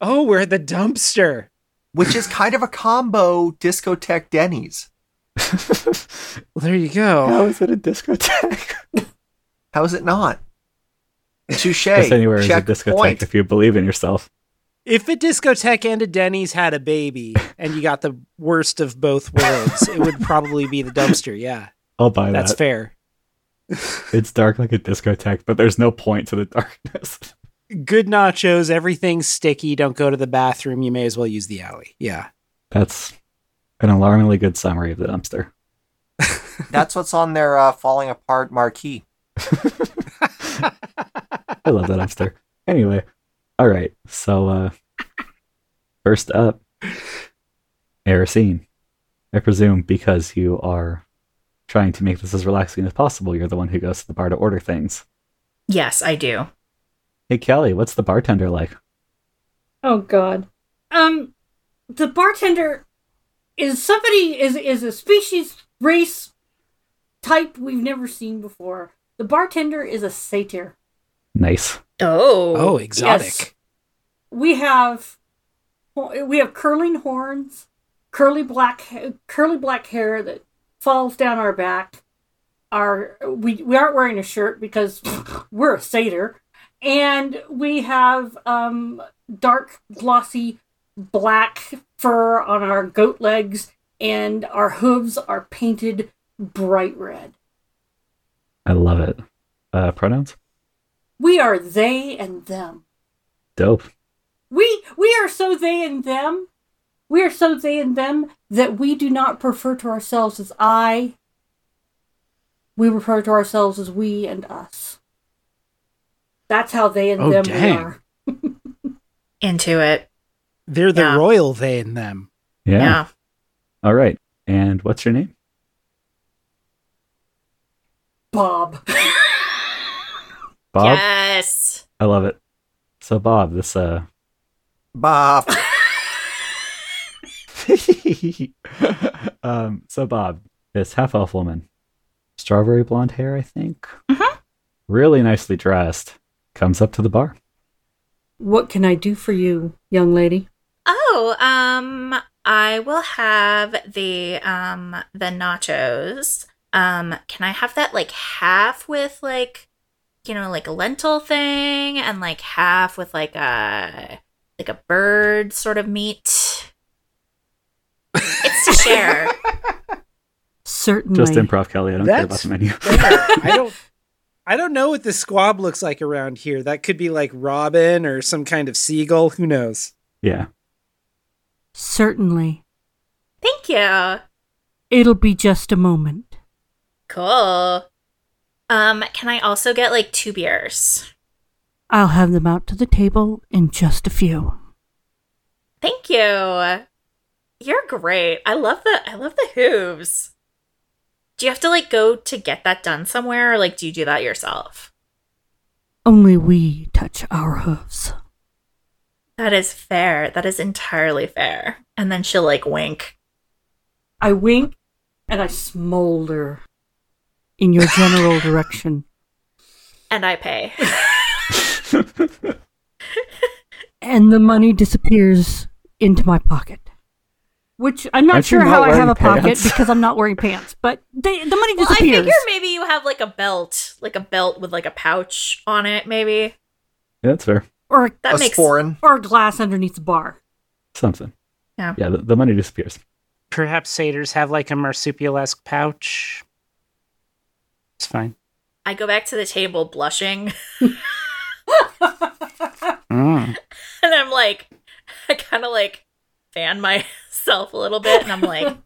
oh, we're at the dumpster.
which is kind of a combo discotheque Denny's.
Well, there you go.
How is it a discotheque?
How is it not? Touche.
Just anywhere is a
Check
discotheque
point.
if you believe in yourself.
If a discotheque and a Denny's had a baby and you got the worst of both worlds, it would probably be the dumpster. Yeah,
I'll buy
that's
that.
fair.
It's dark like a discotheque, but there's no point to the darkness.
Good nachos, everything's sticky. Don't go to the bathroom. You may as well use the alley. Yeah.
That's an alarmingly good summary of the dumpster.
That's what's on their uh, falling apart marquee.
I love that dumpster. Anyway, all right. So uh first up, Aracene. I presume because you are trying to make this as relaxing as possible, you're the one who goes to the bar to order things.
Yes, I do.
Hey Kelly, what's the bartender like?
Oh God. Um, the bartender is somebody is is a species race type we've never seen before. The bartender is a satyr.
Nice.
Oh.
Oh, exotic.
yes. We have we have curling horns, curly black curly black hair that falls down our back. Our we we aren't wearing a shirt because we're a satyr, and we have um dark glossy black fur on our goat legs, and our hooves are painted bright red.
I love it. Uh pronouns?
We are they and them.
Dope.
We we are so they and them. We are so they and them that we do not refer to ourselves as I. We refer to ourselves as we and us. That's how they and
Oh,
them
dang.
we are.
Into it.
They're the
Yeah.
royal they and them.
Yeah.
yeah.
All right. And what's your name?
Bob.
Bob.
Yes.
I love it. So Bob, this uh
Bah.
um, so Bob, this half elf woman, strawberry blonde hair, I think,
Mhm.
really nicely dressed, comes up to the bar.
What can I do for you, young lady?
Oh, um, I will have the um the nachos. Um, can I have that like half with like you know, like a lentil thing and like half with like a like a bird sort of meat? It's to share.
Certainly.
Just improv, Kelly. I don't care about
That's-
the menu.
Fair. I don't. I don't know what the squab looks like around here. That could be like robin or some kind of seagull. Who knows?
yeah,
Certainly.
Thank you.
It'll be just a moment.
Cool. Um, can I also get like two beers?
I'll have them out to the table in just a few.
Thank you. You're great. I love the I love the hooves. Do you have to like go to get that done somewhere or like do you do that yourself?
Only we touch our hooves.
That is fair. That is entirely fair. And then she'll like wink.
I wink and I smolder in your general direction.
And I pay.
And the money disappears into my pocket. Which I'm not
Aren't you
sure how
not
I have
wearing
a pocket
pants?
because I'm not wearing pants, but they, the money
well, I
disappears.
figure maybe you have like a belt, like a belt with like a pouch on it, maybe.
yeah, that's fair.
or,
That
a
makes
foreign.
or a glass underneath the bar.
Something.
Yeah.
Yeah, the, the money disappears.
Perhaps satyrs have like a marsupial-esque pouch. It's fine.
I go back to the table blushing
Mm.
and I'm like I kinda like fan myself a little bit and I'm like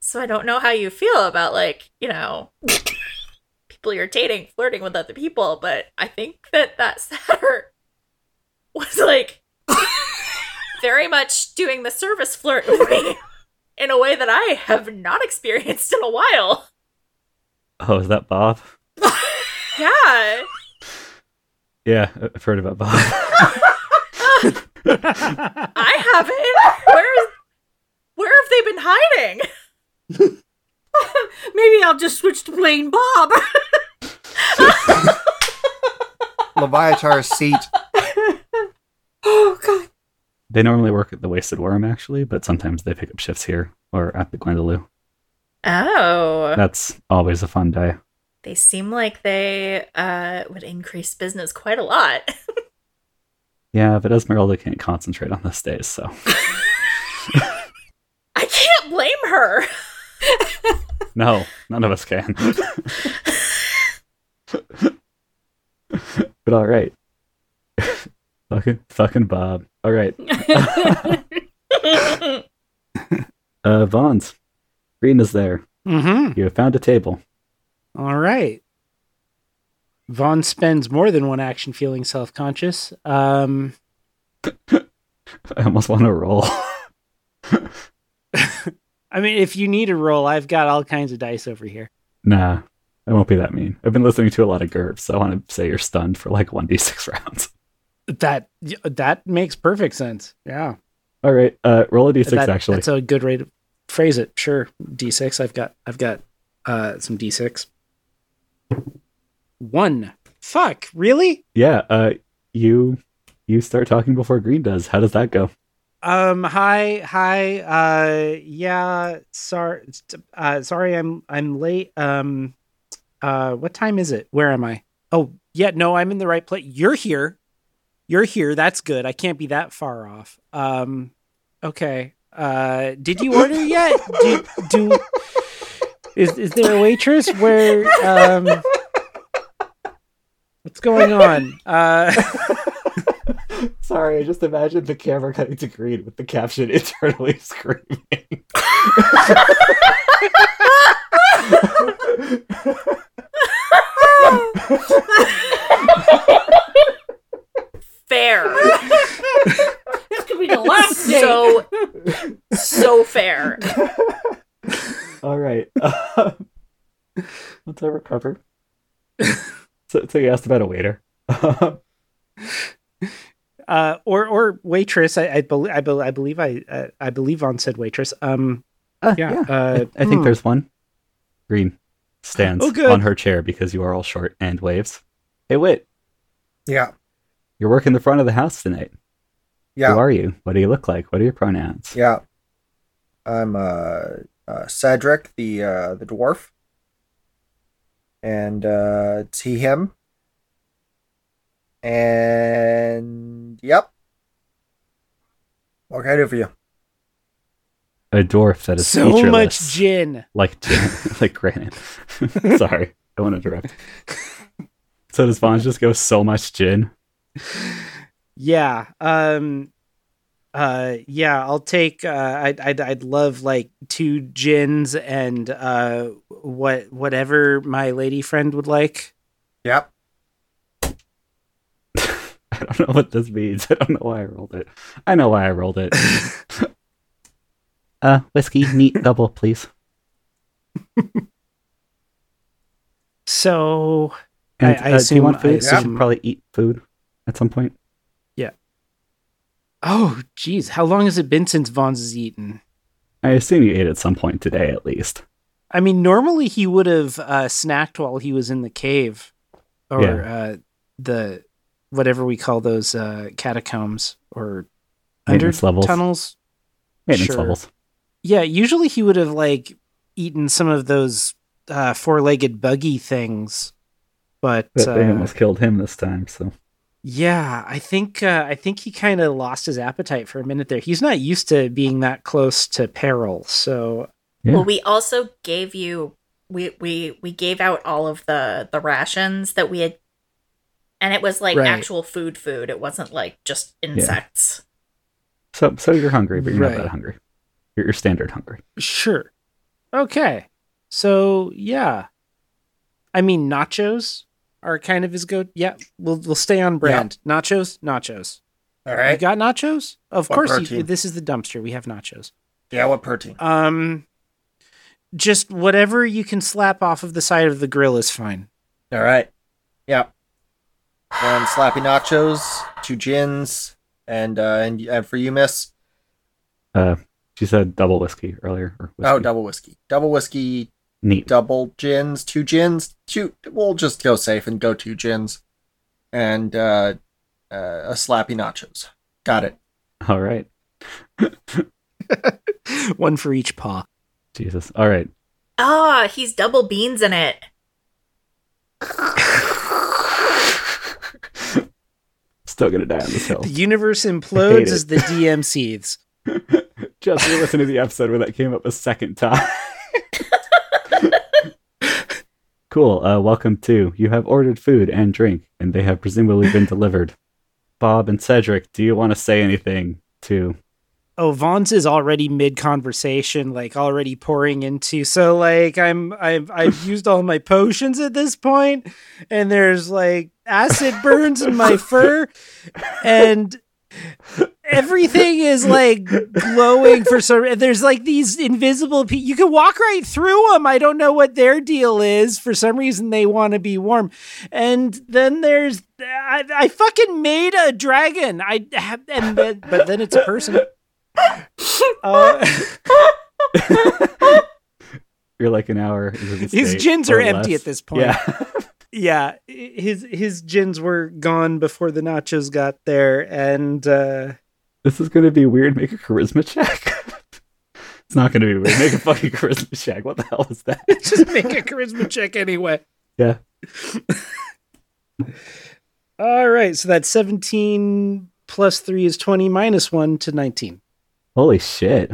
So I don't know how you feel about like, you know, people you're dating, flirting with other people, but I think that that satyr was like very much doing the service flirt with me in a way that I have not experienced in a while.
Oh, is that Bob?
Yeah.
Yeah, I- I've heard about Bob.
I haven't. Where is where have they been hiding?
Maybe I'll just switch to plain Bob.
Leviathar's seat.
oh, God.
they normally work at the Wasted Worm, actually, but sometimes they pick up shifts here or at the Gwendolyn.
Oh.
That's always a fun day.
They seem like they uh, would increase business quite a lot.
Yeah, but Esmeralda can't concentrate on this days, so
I can't blame her.
no, none of us can. but all right, fucking fucking Bob. All right, uh, Vaughn's. Green is there.
Mm-hmm.
You have found a table.
All right. Vaughn spends more than one action feeling self conscious. Um,
I almost want to roll.
I mean, if you need a roll, I've got all kinds of dice over here.
nah, I won't be that mean. I've been listening to a lot of GURPS, so I want to say you're stunned for like one d six rounds.
That that makes perfect sense. Yeah,
All right, uh, roll a d six
That-
actually.
that's a good way to phrase it. Sure, D six. I've got I've got uh, some D six. One. Fuck. Really?
yeah, uh, you you start talking before Green does. How does that go?
Um. Hi. Hi. Uh. Yeah. Sorry. Uh. Sorry. I'm. I'm late. Um. Uh. What time is it? Where am I? Oh. Yeah. No. I'm in the right place. You're here. You're here. That's good. I can't be that far off. Um. Okay. Uh. Did you order yet? do, do. Is Is there a waitress? Where? Um. What's going on? Uh.
Sorry, I just imagined the camera cutting to green with the caption eternally screaming.
Fair.
This could be the last day.
so so fair.
All right. Once I recover. so, so you asked about a waiter.
uh, or or waitress. I I, bel I, bel I believe I uh, I believe on said waitress. Um, yeah. Uh,
I think
hmm.
there's one. Green stands
Oh, good.
on her chair because you are all short and waves. Hey, wait.
Yeah.
You're working the front of the house tonight.
Yeah.
Who are you? What do you look like? What are your pronouns?
Yeah. I'm uh, uh Cedric the uh the dwarf. And uh it's he him. And yep. What can I do for you?
A dwarf that is
so
featureless,
much gin.
like Jan- like granite. Sorry, I want to interrupt. So does Vaughn just go so much gin?
Yeah. Um. Uh. Yeah. I'll take. Uh. I'd. I'd, I'd love like two gins and uh. What. Whatever my lady friend would like.
Yep.
I don't know what this means. I don't know why I rolled it. I know why I rolled it. uh, whiskey, neat, double, please.
So
And
I-
uh,
I
do you
assume-
want food?
I
You should
assume-
probably eat food at some point.
Oh, geez. How long has it been since Vaughn's has eaten?
I assume you ate at some point today, at least.
I mean, normally he would have uh, snacked while he was in the cave, or
Yeah.
uh, the whatever we call those uh, catacombs or under
Maintenance levels.
tunnels.
Maintenance
Sure.
levels.
Yeah, usually he would have like eaten some of those uh, four-legged buggy things, but
That thing
uh,
almost killed him this time. So
yeah, I think uh, I think he kind of lost his appetite for a minute there. He's not used to being that close to peril, so
Yeah.
Well, we also gave you we we we gave out all of the the rations that we had and it was like
Right.
actual food food. It wasn't like just insects.
So, so you're hungry, but you're
Right.
not that hungry. You're, you're standard hungry.
Sure. Okay. So yeah, I mean nachos are kind of his go. Yeah, we'll we'll stay on brand. Nachos, nachos.
All
You got nachos? Of
What
course. You,
protein?
this is the dumpster. We have nachos.
Yeah, what protein?
Um, just whatever you can slap off of the side of the grill is fine.
All right. Yep. One slappy nachos, two gins, and uh and, and for you, miss.
Uh, she said double whiskey earlier. Or whiskey.
Oh, double whiskey. Double whiskey,
neat.
double gins, two gins, two. We'll just go safe and go two gins, and uh, uh, a slappy nachos. Got it.
All right,
One for each paw.
Jesus. All right.
Ah, he's double beans in it.
Still gonna die on this hill.
The universe
Oh. I hate
implodes
it.
as the DM seethes.
Just re listen to the episode where that came up a second time. cool. Uh, welcome to. You have ordered food and drink, and they have presumably been delivered. Bob and Cedric, do you want to say anything to.
Oh, Vaughn's is already mid conversation, like already pouring into. So like I'm I've I've used all my potions at this point, and there's like acid burns in my fur, and everything is like glowing for some. and There's like these invisible. Pe- you can walk right through them. I don't know what their deal is. For some reason, they want to be warm. And then there's I, I fucking made a dragon. I and then, but then it's a person. Uh,
You're like an hour into the
his
state,
gins
or
are empty
less.
at this point.
Yeah.
yeah his his gins were gone before the nachos got there and uh
This is gonna be weird. Make a charisma check. it's not gonna be weird. Make a fucking charisma check. What the hell was that?
just make a charisma check anyway
Yeah.
all right so that's 17 plus 3 is 20 minus 1 to 19
Holy shit.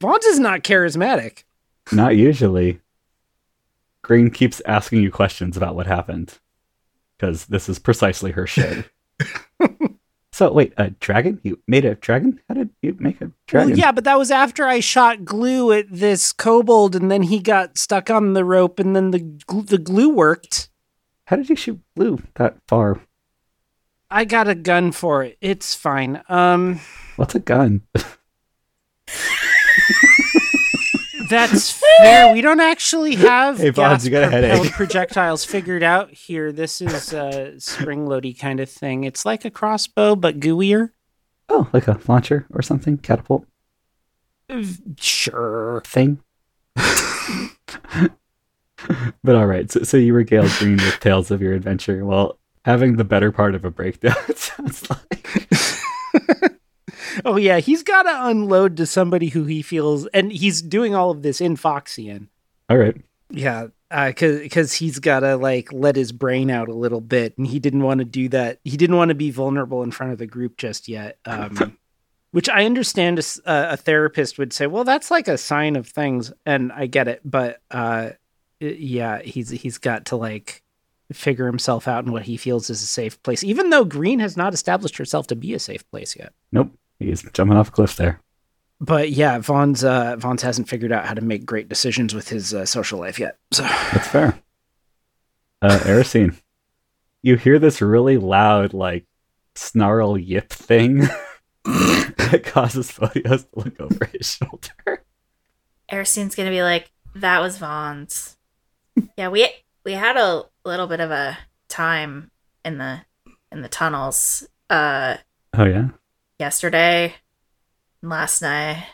Vaughn's is not charismatic
Not usually. Green keeps asking you questions about what happened because this is precisely her shit. so wait, a dragon? You made a dragon? How did you make a dragon?
well yeah but that was after i shot glue at this kobold and then he got stuck on the rope and then the gl- the glue worked
How did you shoot blue that far?
i got a gun for it it's fine um
What's a gun?
That's fair. We don't actually have
Hey, Bonds,
gas
you got a
propelled
headache.
projectiles figured out here. This is a spring loady kind of thing. It's like a crossbow, but gooier.
Oh, like a launcher or something? Catapult
Sure.
thing? but all right, so, so you regaled Green with tales of your adventure while having the better part of a breakdown, it sounds like.
Oh yeah, he's got to unload to somebody who he feels, and he's doing all of this in Foxian.
All right.
Yeah, because because he's got to like let his brain out a little bit, and he didn't want to do that. He didn't want to be vulnerable in front of the group just yet. Um, which I understand a, s- a- a therapist would say, well, that's like a sign of things, and I get it. But uh, i- yeah, he's he's got to like figure himself out in what he feels is a safe place, even though Green has not established herself to be a safe place yet.
Nope. He's jumping off a cliff there.
But yeah, Vaughn's uh, Vaughn's hasn't figured out how to make great decisions with his uh, social life yet. So.
That's fair. Uh, Erisine, you hear this really loud, like, snarl yip thing that causes Photios to look over his shoulder.
Aristine's gonna be like, "That was Vaughn's." yeah, we we had a little bit of a time in the in the tunnels uh
Oh, yeah?
yesterday, and last night,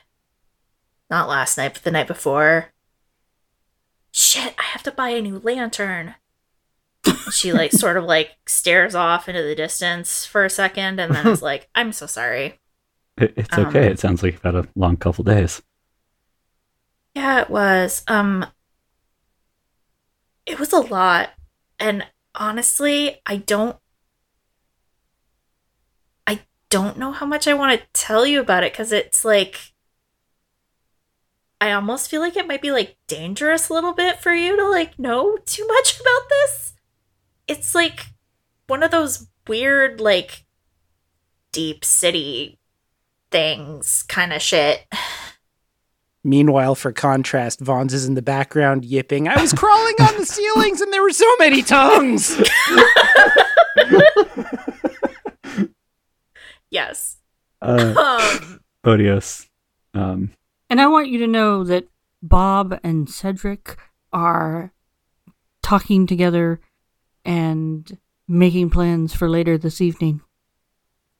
not last night, but the night before. Shit! I have to buy a new lantern. she like sort of like stares off into the distance for a second, and then is like, "I'm so sorry."
It, it's
Um,
okay. It sounds like you've had a long couple days.
Yeah, it was. Um, it was a lot, and honestly, I don't, I don't know how much I want to tell you about it because it's like, I almost feel like it might be like dangerous a little bit for you to like know too much about this. It's like one of those weird like deep city things kind of shit.
Meanwhile, for contrast, Vaughn's is in the background yipping, I was crawling on the ceilings and there were so many tongues.
Yes.
Uh,
Um,
Photios, um,
And I want you to know that Bob and Cedric are talking together and making plans for later this evening.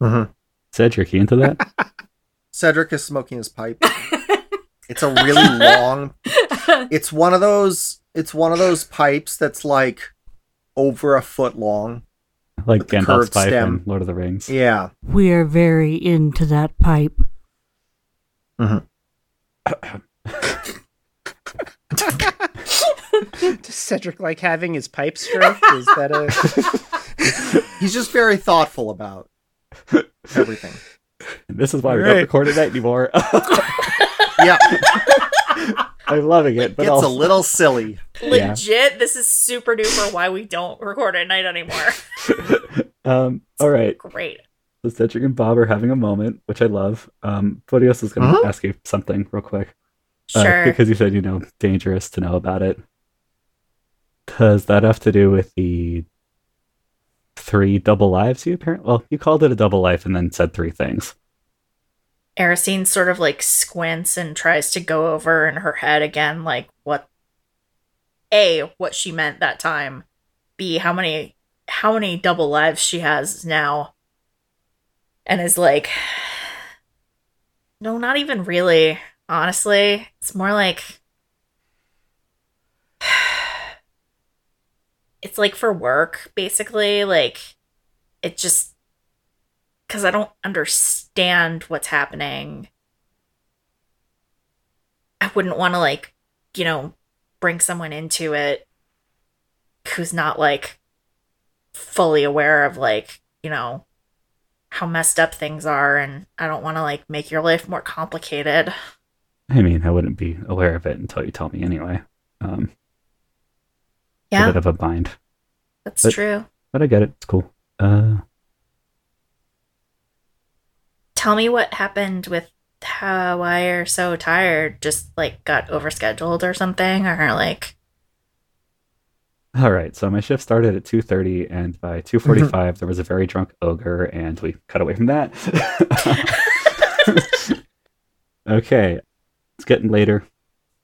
Mm-hmm.
Cedric, you into that?
Cedric is smoking his pipe. it's a really long. It's one of those. It's one of those pipes that's like over a foot long.
Like
With the
Gandalf's
curved
pipe
stem.
in Lord of the Rings.
Yeah.
We are very into that pipe.
Does Cedric like having his pipe stroked? Is that a
He's just very thoughtful about everything.
This is why we
Right.
don't record at night anymore.
Yeah,
I'm loving it, but
it's
also,
a little silly.
Yeah.
Legit, this is super duper why we don't record at night anymore.
um, all right.
Great.
So Cedric and Bob are having a moment, which I love. Um, Podios is going to
Huh?
ask you something real quick uh,
Sure.
because you said you know dangerous to know about it. Does that have to do with the three double lives you apparently? Well, you called it a double life and then said three things.
Aracene sort of like squints and tries to go over in her head again, like what A, what she meant that time. B, how many how many double lives she has now. And is like No, not even really, honestly. It's more like it's like for work, basically. Like it just because I don't understand what's happening. I wouldn't want to, like, you know, bring someone into it who's not, like, fully aware of, like, you know, how messed up things are. And I don't want to, like, make your life more complicated.
I mean, I wouldn't be aware of it until you tell me anyway. Um, A
Yeah,
bit of a bind,
that's
but-
true.
but I get it. It's cool. Uh,
Tell me what happened with how I are so tired, just, like, got overscheduled or something, or, like,
All right, so my shift started at 2:30 and by 2:45 there was a very drunk ogre and we cut away from that. okay. It's getting later.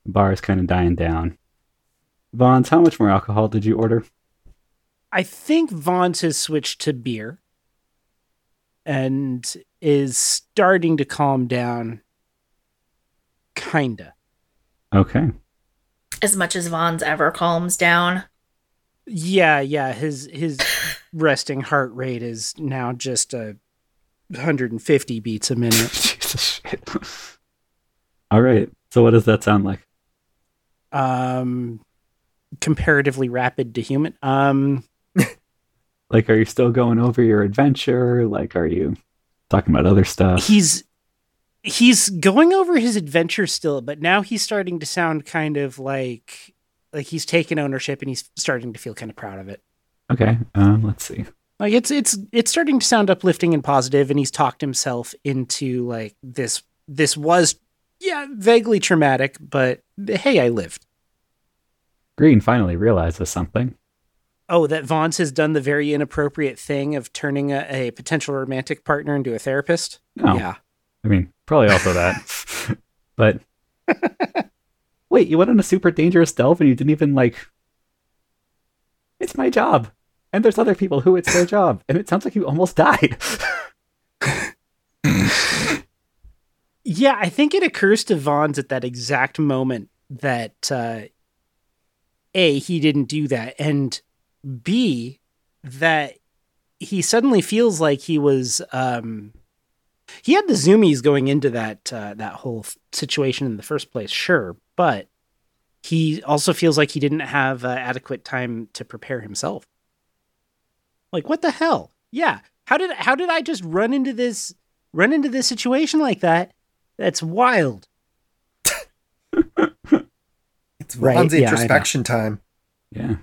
The bar is kind of dying down. Vons, how much more alcohol did you order?
I think Vaughn's has switched to beer and is starting to calm down. Kinda.
Okay.
as much as Vaughn's ever calms down.
Yeah, yeah. His his resting heart rate is now just a 150 beats a minute.
Jesus shit. All right. So what does that sound like?
Um comparatively rapid to human. Um
Like are you still going over your adventure? Like are you talking about other stuff?
he's he's going over his adventure still but now he's starting to sound kind of like like he's taken ownership and he's starting to feel kind of proud of it
Okay. Um let's see.
like it's it's it's starting to sound uplifting and positive and he's talked himself into like this this was yeah vaguely traumatic but hey i lived
Green finally realizes something.
oh that vance has done the very inappropriate thing of turning a, a potential romantic partner into a therapist
No.
yeah
I mean, probably also that. but wait, you went on a super dangerous delve and you didn't even like. It's my job, and there's other people who it's their job, and it sounds like you almost died.
Yeah, I think it occurs to Vons at that exact moment that uh, A, he didn't do that, and B, that he suddenly feels like he was. Um, he had the zoomies going into that uh, that whole f- situation in the first place, sure, but he also feels like he didn't have uh, adequate time to prepare himself. Like, what the hell? Yeah, how did how did I just run into this run into this situation like that? That's wild.
It's
Right,
Vaughn's
yeah, I know.
introspection time.
yeah,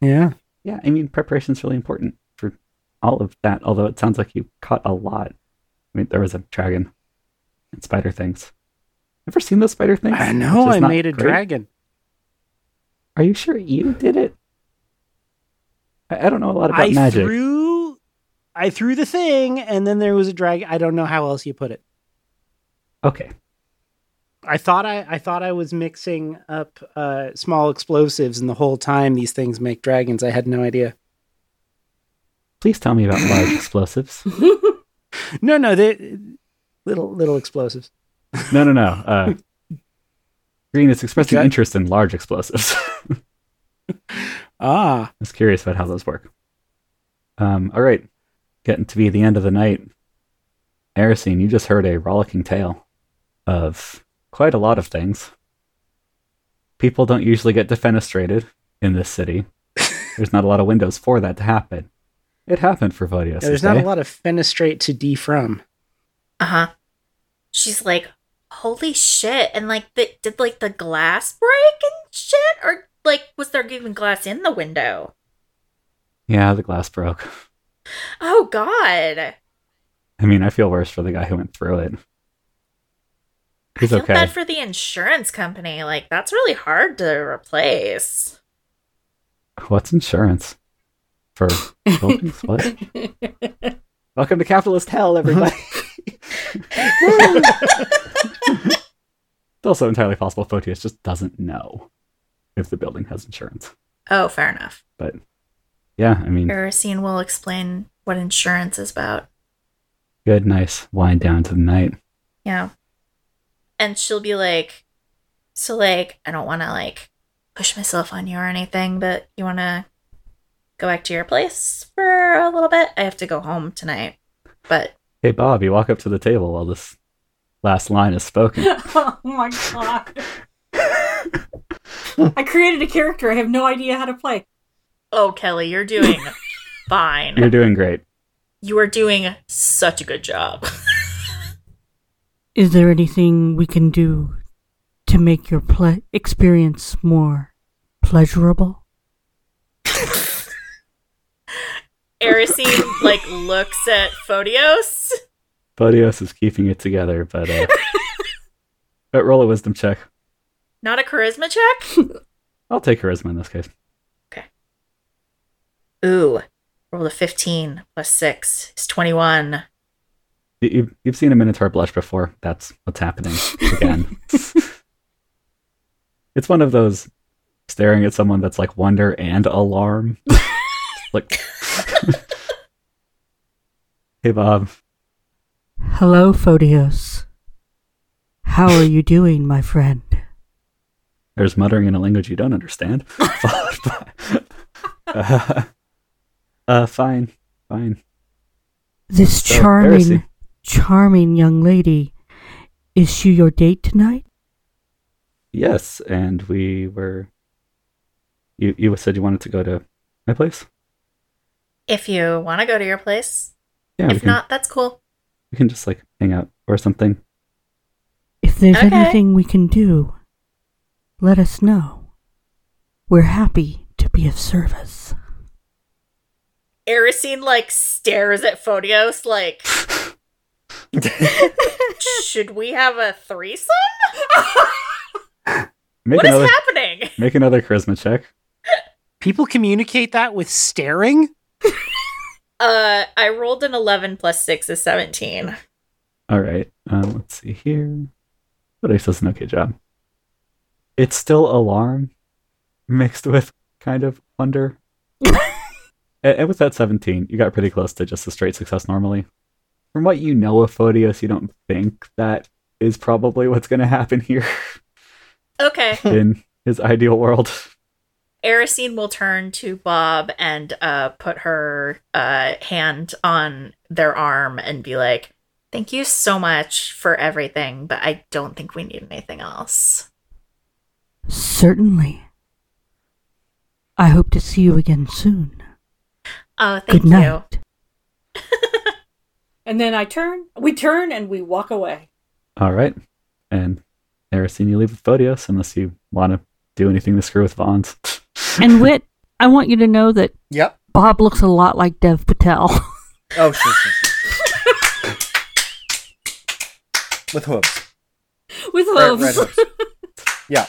Yeah.
yeah. I mean, preparation's really important for all of that. Although it sounds like you caught a lot. I mean, there was a dragon and spider things. Ever seen those spider things?
I know
Which is
I
not
made a
great.
dragon.
Are you sure you did it? I, I don't know a lot about
I
magic.
threw I threw the thing and then there was a dragon. I don't know how else you put it.
Okay.
I thought I I thought I was mixing up uh small explosives and the whole time these things make dragons. I had no idea.
Please tell me about large explosives.
No, no, they little little explosives.
No, no, no. Uh, Green is expressing
Okay.
interest in large explosives. I
Ah.
was curious about how those work. Um, all right, getting to be the end of the night. Aracene, you just heard a rollicking tale of quite a lot of things. People don't usually get defenestrated, in this city. There's not a lot of windows for that to happen. It happened for Vodius.
Yeah, there's not a lot of fenestrate to defrom.
Uh huh. She's like, holy shit. And like, the, did like the glass break and shit? Or like, was there even glass in the window?
Yeah, the glass broke.
Oh, God.
I mean, I feel worse for the guy who went through it. He's
I feel
okay.
bad for the insurance company. Like, that's really hard to replace.
What's insurance for buildings? What? Welcome to capitalist hell, everybody. it's also entirely possible Photius just doesn't know if the building has insurance.
Oh, fair enough.
Yeah, I mean,
Erosine will explain what insurance is about.
good, nice wind down to the night.
Yeah. And she'll be like, so like, I don't want to like push myself on you or anything, but you want to go back to your place for a little bit? I have to go home tonight. But
Hey, Bob, you walk up to the table while this last line is spoken.
oh my god. I created a character I have no idea how to play.
oh, Kelly, you're doing fine.
You're doing great.
you are doing such a good job.
Is there anything we can do to make your ple- experience more pleasurable?
Erosine like looks at Photios.
Photius is keeping it together, but uh, but roll a wisdom check.
Not a charisma check.
I'll take charisma in this case.
Ooh, rolled a 15 plus 6 is 21.
You- You've, you've seen a Minotaur blush before. That's what's happening again. it's one of those staring at someone that's like wonder and alarm. like, hey, Bob.
Hello, Photios. How are you doing, my friend?
There's muttering in a language you don't understand. followed by, uh, uh, fine, fine.
This
So,
charming,
Erisy.
charming young lady, is she your date tonight?
Yes, and we were. You you said you wanted to go to my place.
If you want to go to your place,
Yeah, we
if
can
not, that's cool.
we can just like hang out or something.
If there's
Okay.
anything we can do, let us know. We're happy to be of service.
Erisine like stares at Photios like, should we have a threesome?
Make
What is
another
happening?
make another charisma check.
People communicate that with staring.
Uh, I rolled an 11 plus 6 is 17.
All right. Um, let's see here. What else does an okay job? It's still alarm mixed with kind of wonder. and, and with that 17, you got pretty close to just a straight success normally. From what you know of Photios, you don't think that is probably what's going to happen here
Okay.
in his ideal world.
Erisine will turn to Bob and uh, put her uh, hand on their arm and be like, Thank you so much for everything, but I don't think we need anything else.
Certainly. I hope to see you again soon.
Oh, thank
Good
you.
night.
And then I turn, we turn, and we walk away.
All right. And Erisine, you leave with Photios unless you want to do anything to screw with Vons.
And Wit, I want you to know that
Yep.
Bob looks a lot like Dev Patel.
Oh, sure, sure, sure. With hooves.
With
Red, red hooves. Yeah.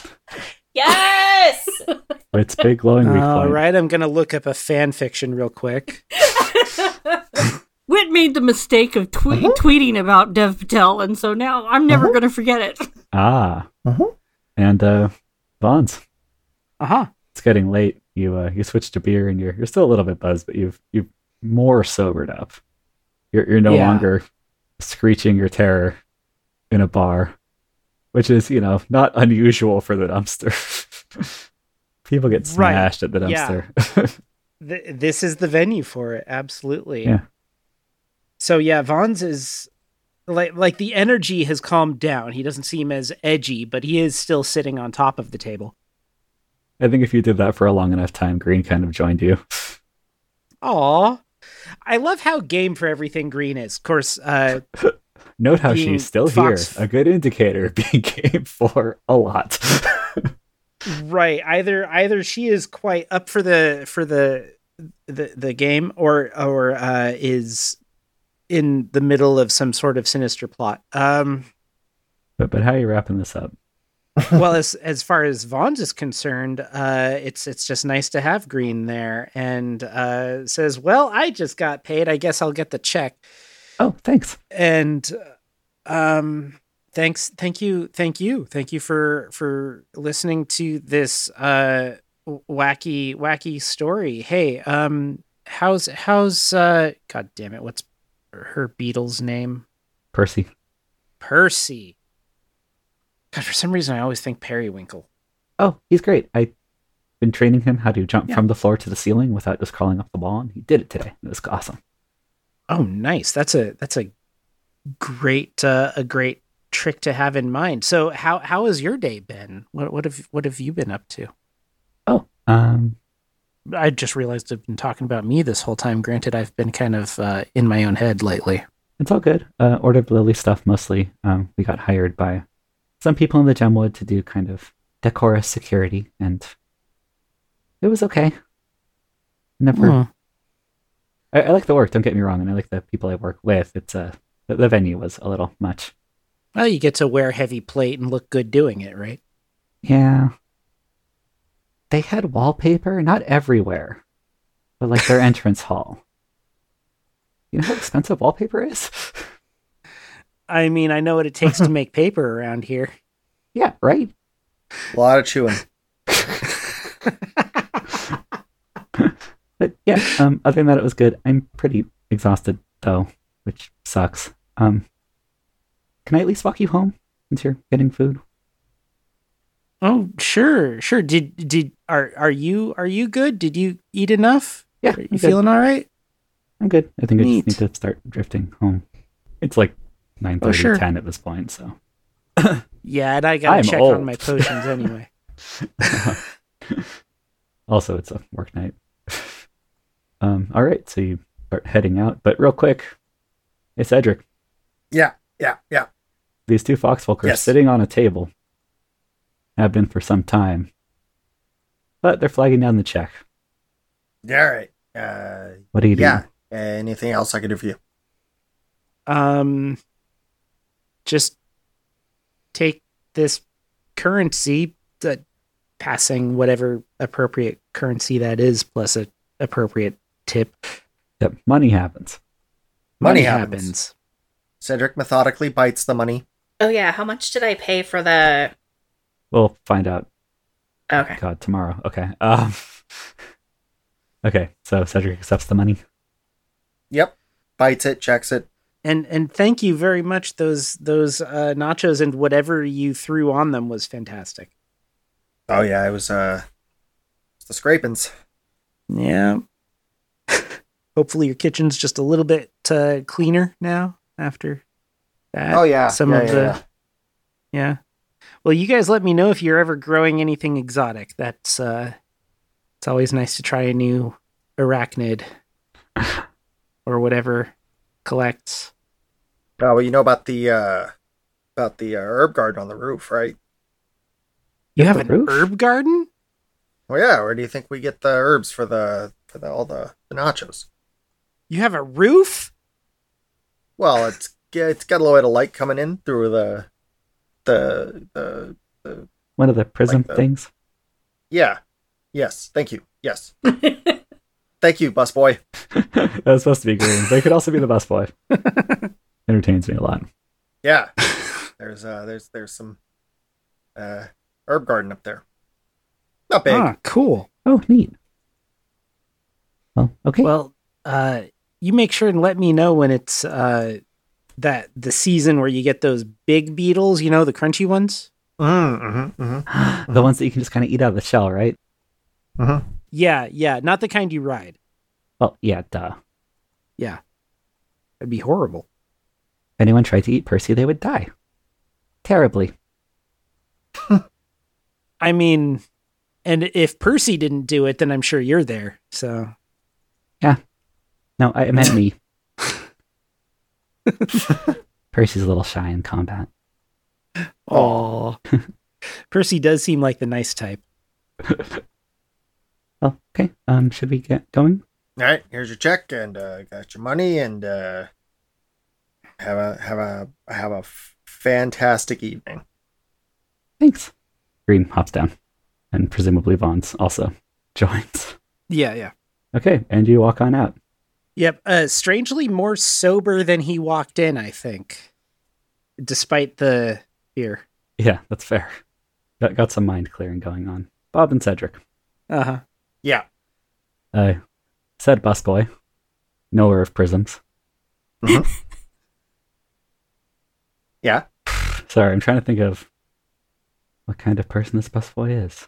Yes!
It's big glowing weak
All
point.
right, I'm gonna look up a fan fiction real quick.
Wit made the mistake of twe- tweeting about Dev Patel, and so now I'm never going to forget it.
Ah.
Mhm.
Mm-hmm.
And uh Bonds,
Uh huh.
it's getting late. You uh you switched to beer and you're you're still a little bit buzzed, but you've you've more sobered up. You're you're no
Yeah.
longer screeching your terror in a bar. Which is, you know, not unusual for the dumpster. People get
Right.
smashed at the
Yeah.
dumpster.
Th- this is the venue for it. Absolutely.
Yeah.
So yeah, Vaughn's is like like the energy has calmed down. He doesn't seem as edgy, but he is still sitting on top of the table.
I think if you did that for a long enough time, Green kind of joined you.
Aw. I love how game for everything green is. Of course, uh,
Note how
Being
she's still
Fox-
here, a good indicator being game for a lot.
right. Either either she is quite up for the for the the, the game or or uh, is in the middle of some sort of sinister plot. Um
but, but how are you wrapping this up?
well as as far as Vaughn's is concerned, uh it's it's just nice to have Green there and uh says, Well, I just got paid. I guess I'll get the check.
Oh, thanks.
and um thanks thank you thank you thank you for for listening to this uh w- wacky wacky story hey um how's how's uh god damn it what's her beetle's name
Percy.
percy god for some reason i always think periwinkle
Oh, he's great. I've been training him how to jump
Yeah.
from the floor to the ceiling without just crawling off the wall, and he did it today. It was awesome.
oh nice that's a that's a great uh a great trick to have in mind so how how has your day been what what have what have you been up to
Oh, um,
I just realized I've been talking about me this whole time. Granted, I've been kind of uh, in my own head lately.
it's all good. Uh, ordered Lily stuff mostly. Um, we got hired by some people in the Gemwood to do kind of decorous security, and it was okay. Never.
Hmm.
I, I like the work. Don't get me wrong, and I like the people I work with. It's uh, the, the venue was a little much.
Well, you get to wear heavy plate and look good doing it, right?
Yeah, they had wallpaper, not everywhere, but like their entrance hall. You know how expensive wallpaper is?
I mean, I know what it takes to make paper around here.
yeah, right.
A lot of chewing.
But yeah, um, other than that, it was good. I'm pretty exhausted though, which sucks. Um, can I at least walk you home since you're getting food?
Oh, sure, sure. Did did are are you are you good? Did you eat enough?
Yeah,
Are you
I'm good.
feeling all right?
I'm good. I think I
Neat.
just need to start drifting home. It's like 9:30,
sure.
10 at this point, so.
Yeah, and I gotta
I'm
check
old.
on my potions anyway.
Also, it's a work night. um, all right, so you start heading out, but real quick, it's Edric.
Yeah, yeah, yeah.
These two foxfolk are
Yes.
sitting on a table. Have been for some time, but they're flagging down the check.
All right. Uh,
What do you do?
yeah. Anything else I can do for you?
Um, just take this currency, uh, passing whatever appropriate currency that is, plus a appropriate tip.
Yep, money happens.
Money happens. Cedric methodically bites the money.
Oh yeah, how much did I pay for the
We'll find out.
Okay.
God, tomorrow. Okay. Um, okay. So Cedric accepts the money.
Yep. Bites it, checks it.
And and thank you very much. Those those uh, nachos and whatever you threw on them was fantastic.
Oh yeah, it was uh it's the scrapings.
Yeah. Hopefully your kitchen's just a little bit uh, cleaner now after that.
Oh yeah.
some
yeah,
of
yeah,
the
yeah.
Yeah. Well, you guys let me know if you're ever growing anything exotic. That's uh it's always nice to try a new arachnid or whatever collects.
Oh, well, you know about the uh about the uh, herb garden on the roof, right?
You
Up
have
the
an
roof?
herb garden?
Well, yeah. Where do you think we get the herbs for the for the, all the, the nachos?
You have a roof?
Well, it's it's got a little bit of light coming in through the the the
One of the prism
Like the-
things.
yeah. Yes, thank you. Yes, thank you, busboy.
that was supposed to be green. They could also be the best boy. Entertains me a lot.
Yeah, there's uh there's there's some uh herb garden up there. Not big.
Ah, cool.
Oh, neat. Well, okay.
Well, uh you make sure and let me know when it's uh that the season where you get those big beetles, you know, the crunchy ones.
Mm, hmm hmm
the ones that you can just kind of eat out of the shell, right?
Yeah, yeah, not the kind you ride.
Well, yeah, duh.
Yeah. That'd be horrible.
If anyone tried to eat Percy, they would die. Terribly.
I mean, And if Percy didn't do it, then I'm sure you're there. So
No, I it meant me. Percy's a little shy in combat.
Oh. Percy does seem like the nice type.
Well, okay. Um, should we get going?
All right, here's your check, and uh, got your money, and uh, have a have a have a f- fantastic evening.
Thanks. Green hops down, and presumably Vaughn's also joins.
Yeah, yeah.
Okay, and you walk on out.
Yep. Uh strangely more sober than he walked in, I think. Despite the beer.
Yeah, that's fair. Got got some mind clearing going on. Bob and Cedric.
Uh-huh.
Yeah.
Uh, said busboy, knower of prisms.
Yeah.
Sorry, I'm trying to think of what kind of person this busboy is.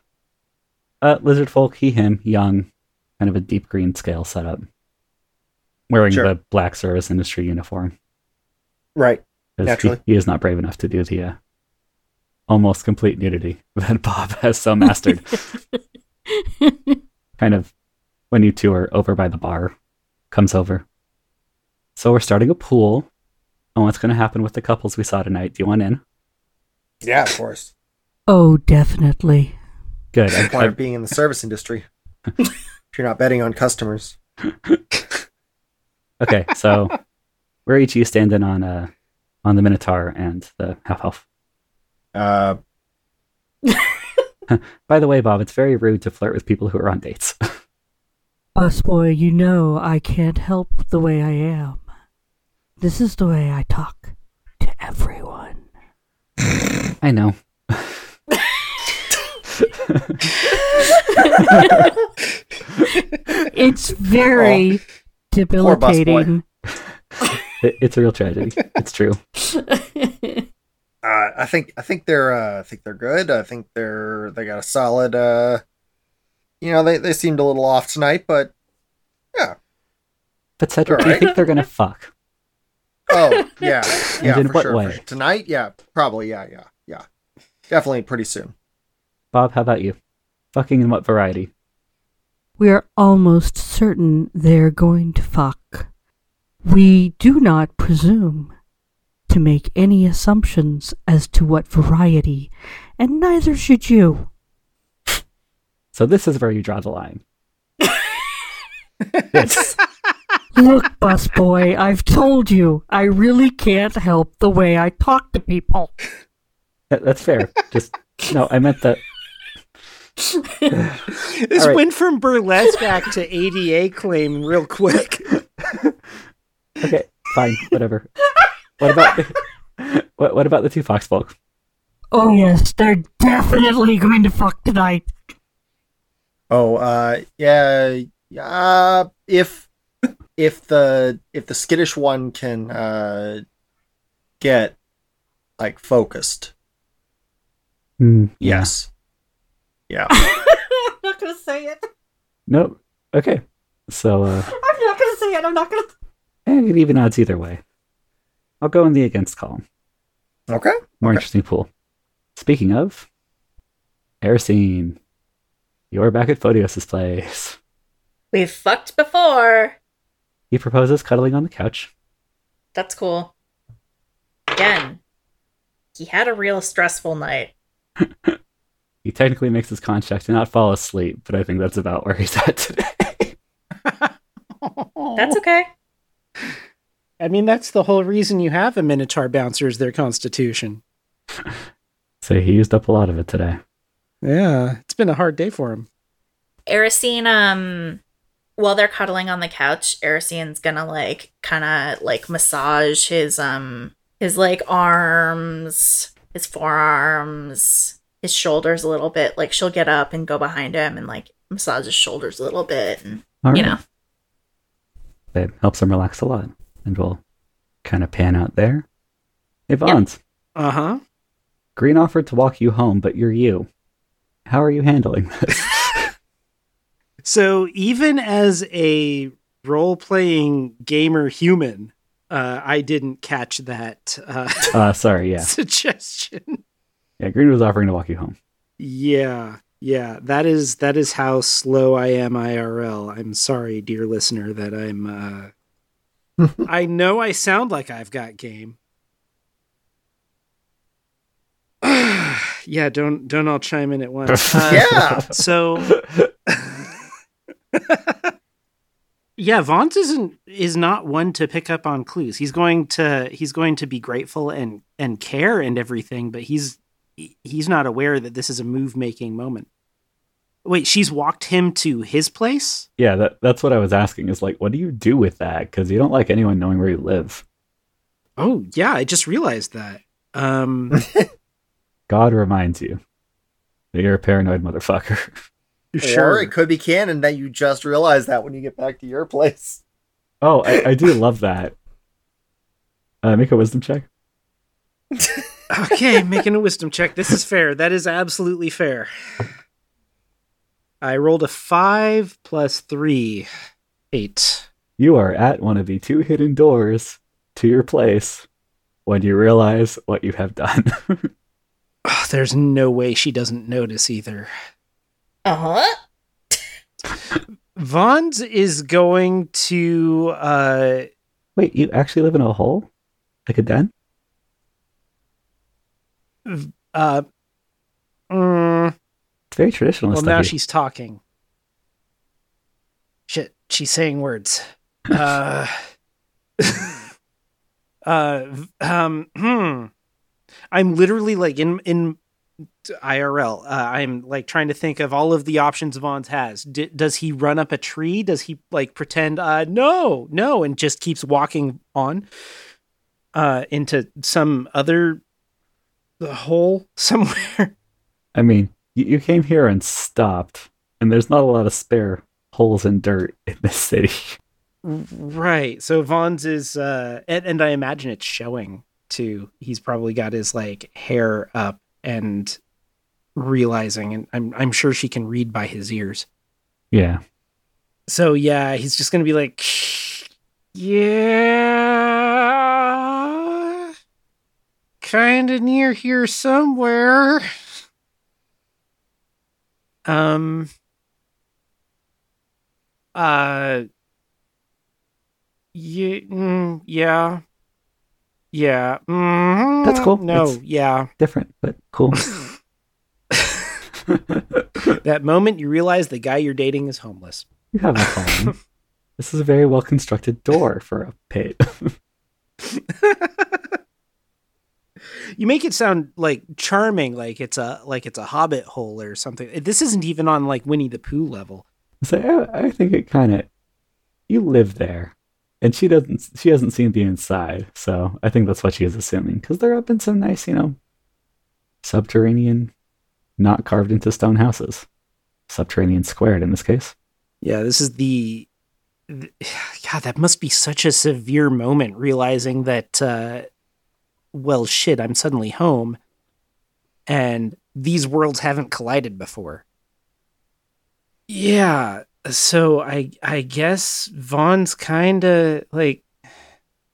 Uh, lizard folk, he, him, young, kind of a deep green scale setup, wearing
Sure.
the black service industry uniform.
Right.
'cause
Naturally.
He, he is not brave enough to do the uh, almost complete nudity that Bob has so mastered. kind of when you two are over by the bar, comes over. So we're starting a pool. And what's going to happen with the couples we saw tonight? Do you want in?
Yeah, of course.
Oh, definitely.
Good.
The
I,
point of
I,
being in the service industry. if you're not betting on customers.
okay, so where are each of you standing on uh on the Minotaur and the half elf?
Uh,
By the way, Bob, it's very rude to flirt with people who are on dates.
Busboy, you know I can't help the way I am. This is the way I talk to everyone.
I know.
It's very
poor busboy.
debilitating.
It, it's a real tragedy. It's true.
uh, I think I think they're uh, I think they're good. I think they're they got a solid. Uh, you know, they, they seemed a little off tonight, but
But Cedric, do you
Alright.
think they're gonna fuck?
oh yeah, yeah,
in
for
what
sure, for
way?
sure. Tonight, yeah, probably, yeah, yeah, yeah, definitely pretty soon.
Bob, how about you? Fucking in what variety?
We are almost certain they're going to fuck. We do not presume to make any assumptions as to what variety, and neither should you.
So this is where you draw the line. Yes.
Look, busboy, I've told you, I really can't help the way I talk to people.
That- that's fair. Just no, I meant that
This
All right.
went from burlesque act to ADA claim real quick.
okay, fine, whatever. What about what what about the two fox folk?
Oh, yes, they're definitely going to fuck tonight.
Oh, uh, yeah, yeah. If if the if the skittish one can uh, get like focused,
Hmm, yeah.
yes, yeah.
I'm not gonna say it.
Nope. Okay. So uh
I'm not gonna say it. I'm not gonna.
and it even odds either way. I'll go in the against column.
Okay.
More
Okay.
interesting pool. Speaking of Erisine, you're back at Photios' place.
We've fucked before.
He proposes cuddling on the couch.
That's cool. Again, he had a real stressful night.
He technically makes his contract to not fall asleep, but I think that's about where he's at today.
That's okay.
I mean, that's the whole reason you have a Minotaur bouncer is their constitution.
So he used up a lot of it today.
Yeah. It's been a hard day for him.
Erisine, um, while they're cuddling on the couch, Erisine's gonna like kind of like massage his um his like arms, his forearms, his shoulders a little bit. Like she'll get up and go behind him and like massage his shoulders a little bit, and
All
you
right.
know,
that helps him relax a lot. And we'll kind of pan out there. Hey, Vons,
Uh-huh.
Green offered to walk you home, but you're you. How are you handling this?
So even as a role-playing gamer human, uh, I didn't catch that uh,
uh, sorry, yeah.
suggestion.
Yeah, Green was offering to walk you home.
Yeah. Yeah, that is that is how slow I am IRL. I'm sorry, dear listener, that I'm uh I know I sound like I've got game. yeah, don't don't all chime in at once. Uh,
yeah.
so yeah, Vance isn't is not one to pick up on clues. He's going to he's going to be grateful and and care and everything, but he's he- he's not aware that this is a move making moment. Wait, she's walked him to his place?
Yeah, that, that's what I was asking. Is like, what do you do with that? Because you don't like anyone knowing where you live.
Oh, yeah, I just realized that. Um
God reminds you that you're a paranoid motherfucker.
Or it could be canon that you just realize that when you get back to your place.
Oh, I, I do love that. Uh, make a wisdom check.
okay, making a wisdom check. This is fair. That is absolutely fair. I rolled a five plus three, eight.
You are at one of the two hidden doors to your place when you realize what you have done.
Ugh, Ah, there's no way she doesn't notice either.
Uh huh.
Vons is going to. uh
Wait, you actually live in a hole? Like a den?
uh. mm,
It's very traditional.
well,
stuff
now
here.
she's talking. Shit, she's saying words. Uh. uh. v- Um. Hmm. I'm literally like in in IRL. Uh, I'm like trying to think of all of the options Vons has. D- does he run up a tree? Does he like pretend uh no, no and just keeps walking on uh into some other hole somewhere?
I mean, you, you came here and stopped, and there's not a lot of spare holes and dirt in this city.
right. So Vons is uh and, and I imagine it's showing too. He's probably got his like hair up and realizing and I'm I'm sure she can read by his ears.
Yeah.
So yeah, he's just gonna be like, yeah, kind of near here somewhere. Um. Uh. Yeah. Mm, yeah. Yeah. mhm,
That's cool.
No.
It's-
Yeah.
Different, but cool.
That moment you realize the guy you're dating is homeless.
you have a home. this is a very well constructed door for a pit.
You make it sound like charming, like it's a like it's a hobbit hole or something. This isn't even on like Winnie the Pooh level.
So "Oh, I, I think it kind of you live there, and she doesn't. She hasn't seen the inside, so I think that's what she is assuming. Because they're up in some nice, you know, subterranean, not carved into stone houses, subterranean squared in this case.
Yeah, this is the, th- God, that must be such a severe moment realizing that uh well shit, I'm suddenly home and these worlds haven't collided before. Yeah, so I I guess Vaughn's kind of like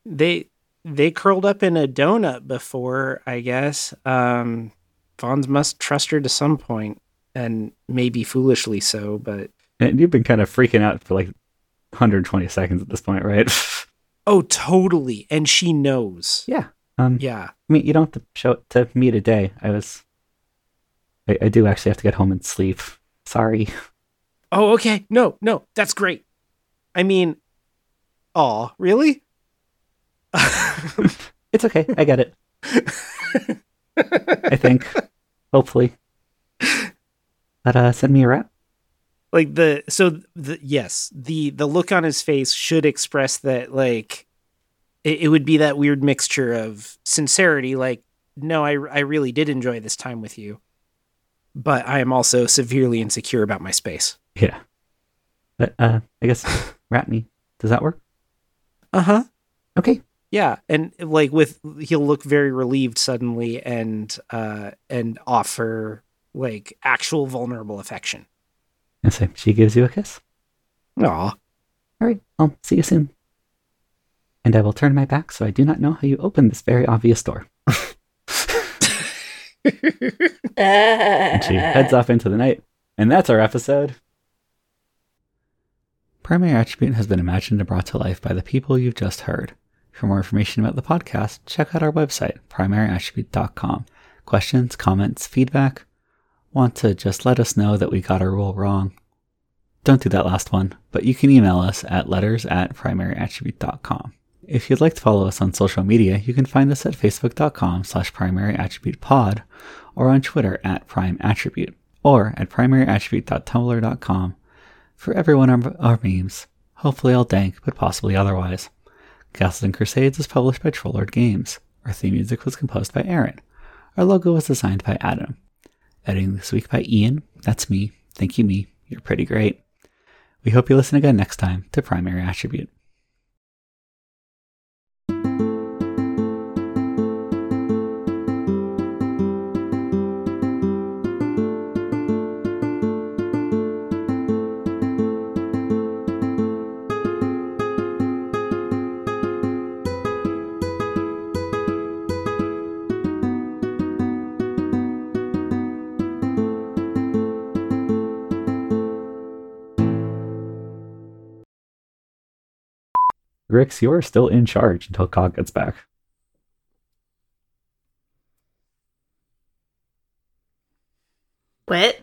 they they curled up in a donut before, I guess. Um Vaughn's must trust her to some point and maybe foolishly so, but
And you've been kind of freaking out for like 120 seconds at this point, right?
Oh, totally. And she knows.
yeah. Um,
Yeah.
I mean, you don't have to show it to me today. I was. I, I do actually have to get home and sleep. Sorry.
Oh, okay. No, no, that's great. I mean, aw, really?
It's okay. I get it. I think. Hopefully. But uh, send me a wrap.
like the so the yes, the the look on his face should express that like it, it would be that weird mixture of sincerity like no, I I really did enjoy this time with you. But I am also severely insecure about my space.
Yeah. But uh, I guess wrap me. Does that work?
Uh-huh.
Okay.
Yeah, and like with he'll look very relieved suddenly and uh and offer like actual vulnerable affection.
And so she gives you a kiss.
Aw.
All right. I'll see you soon. And I will turn my back so I do not know how you open this very obvious door.
Uh,
And she heads off into the night, And that's our episode. Primary Attribute has been imagined and brought to life by the people you've just heard. For more information about the podcast, check out our website, primaryattribute.com. Questions, comments, feedback? Want to just let us know that we got our rule wrong? Don't do that last one, but you can email us at letters at primaryattribute.com. If you'd like to follow us on social media, you can find us at facebook.com slash primaryattributepod or on Twitter at primeattribute or at primaryattribute.tumblr.com for every one of our memes, hopefully all dank, but possibly otherwise. Castles and Crusades is published by Trollord Games. Our theme music was composed by Aaron. Our logo was designed by Adam. Editing this week by Ian. That's me. Thank you, me. You're pretty great. We hope you listen again next time to Primary Attribute. Grix, you're still in charge until Cog gets back.
What?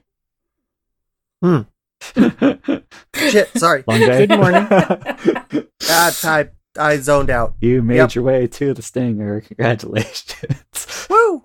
Shit, sorry.
Long day.
Good morning.
Ah, I, I zoned out.
you made
Yep.
your way to the stinger. Congratulations.
Woo!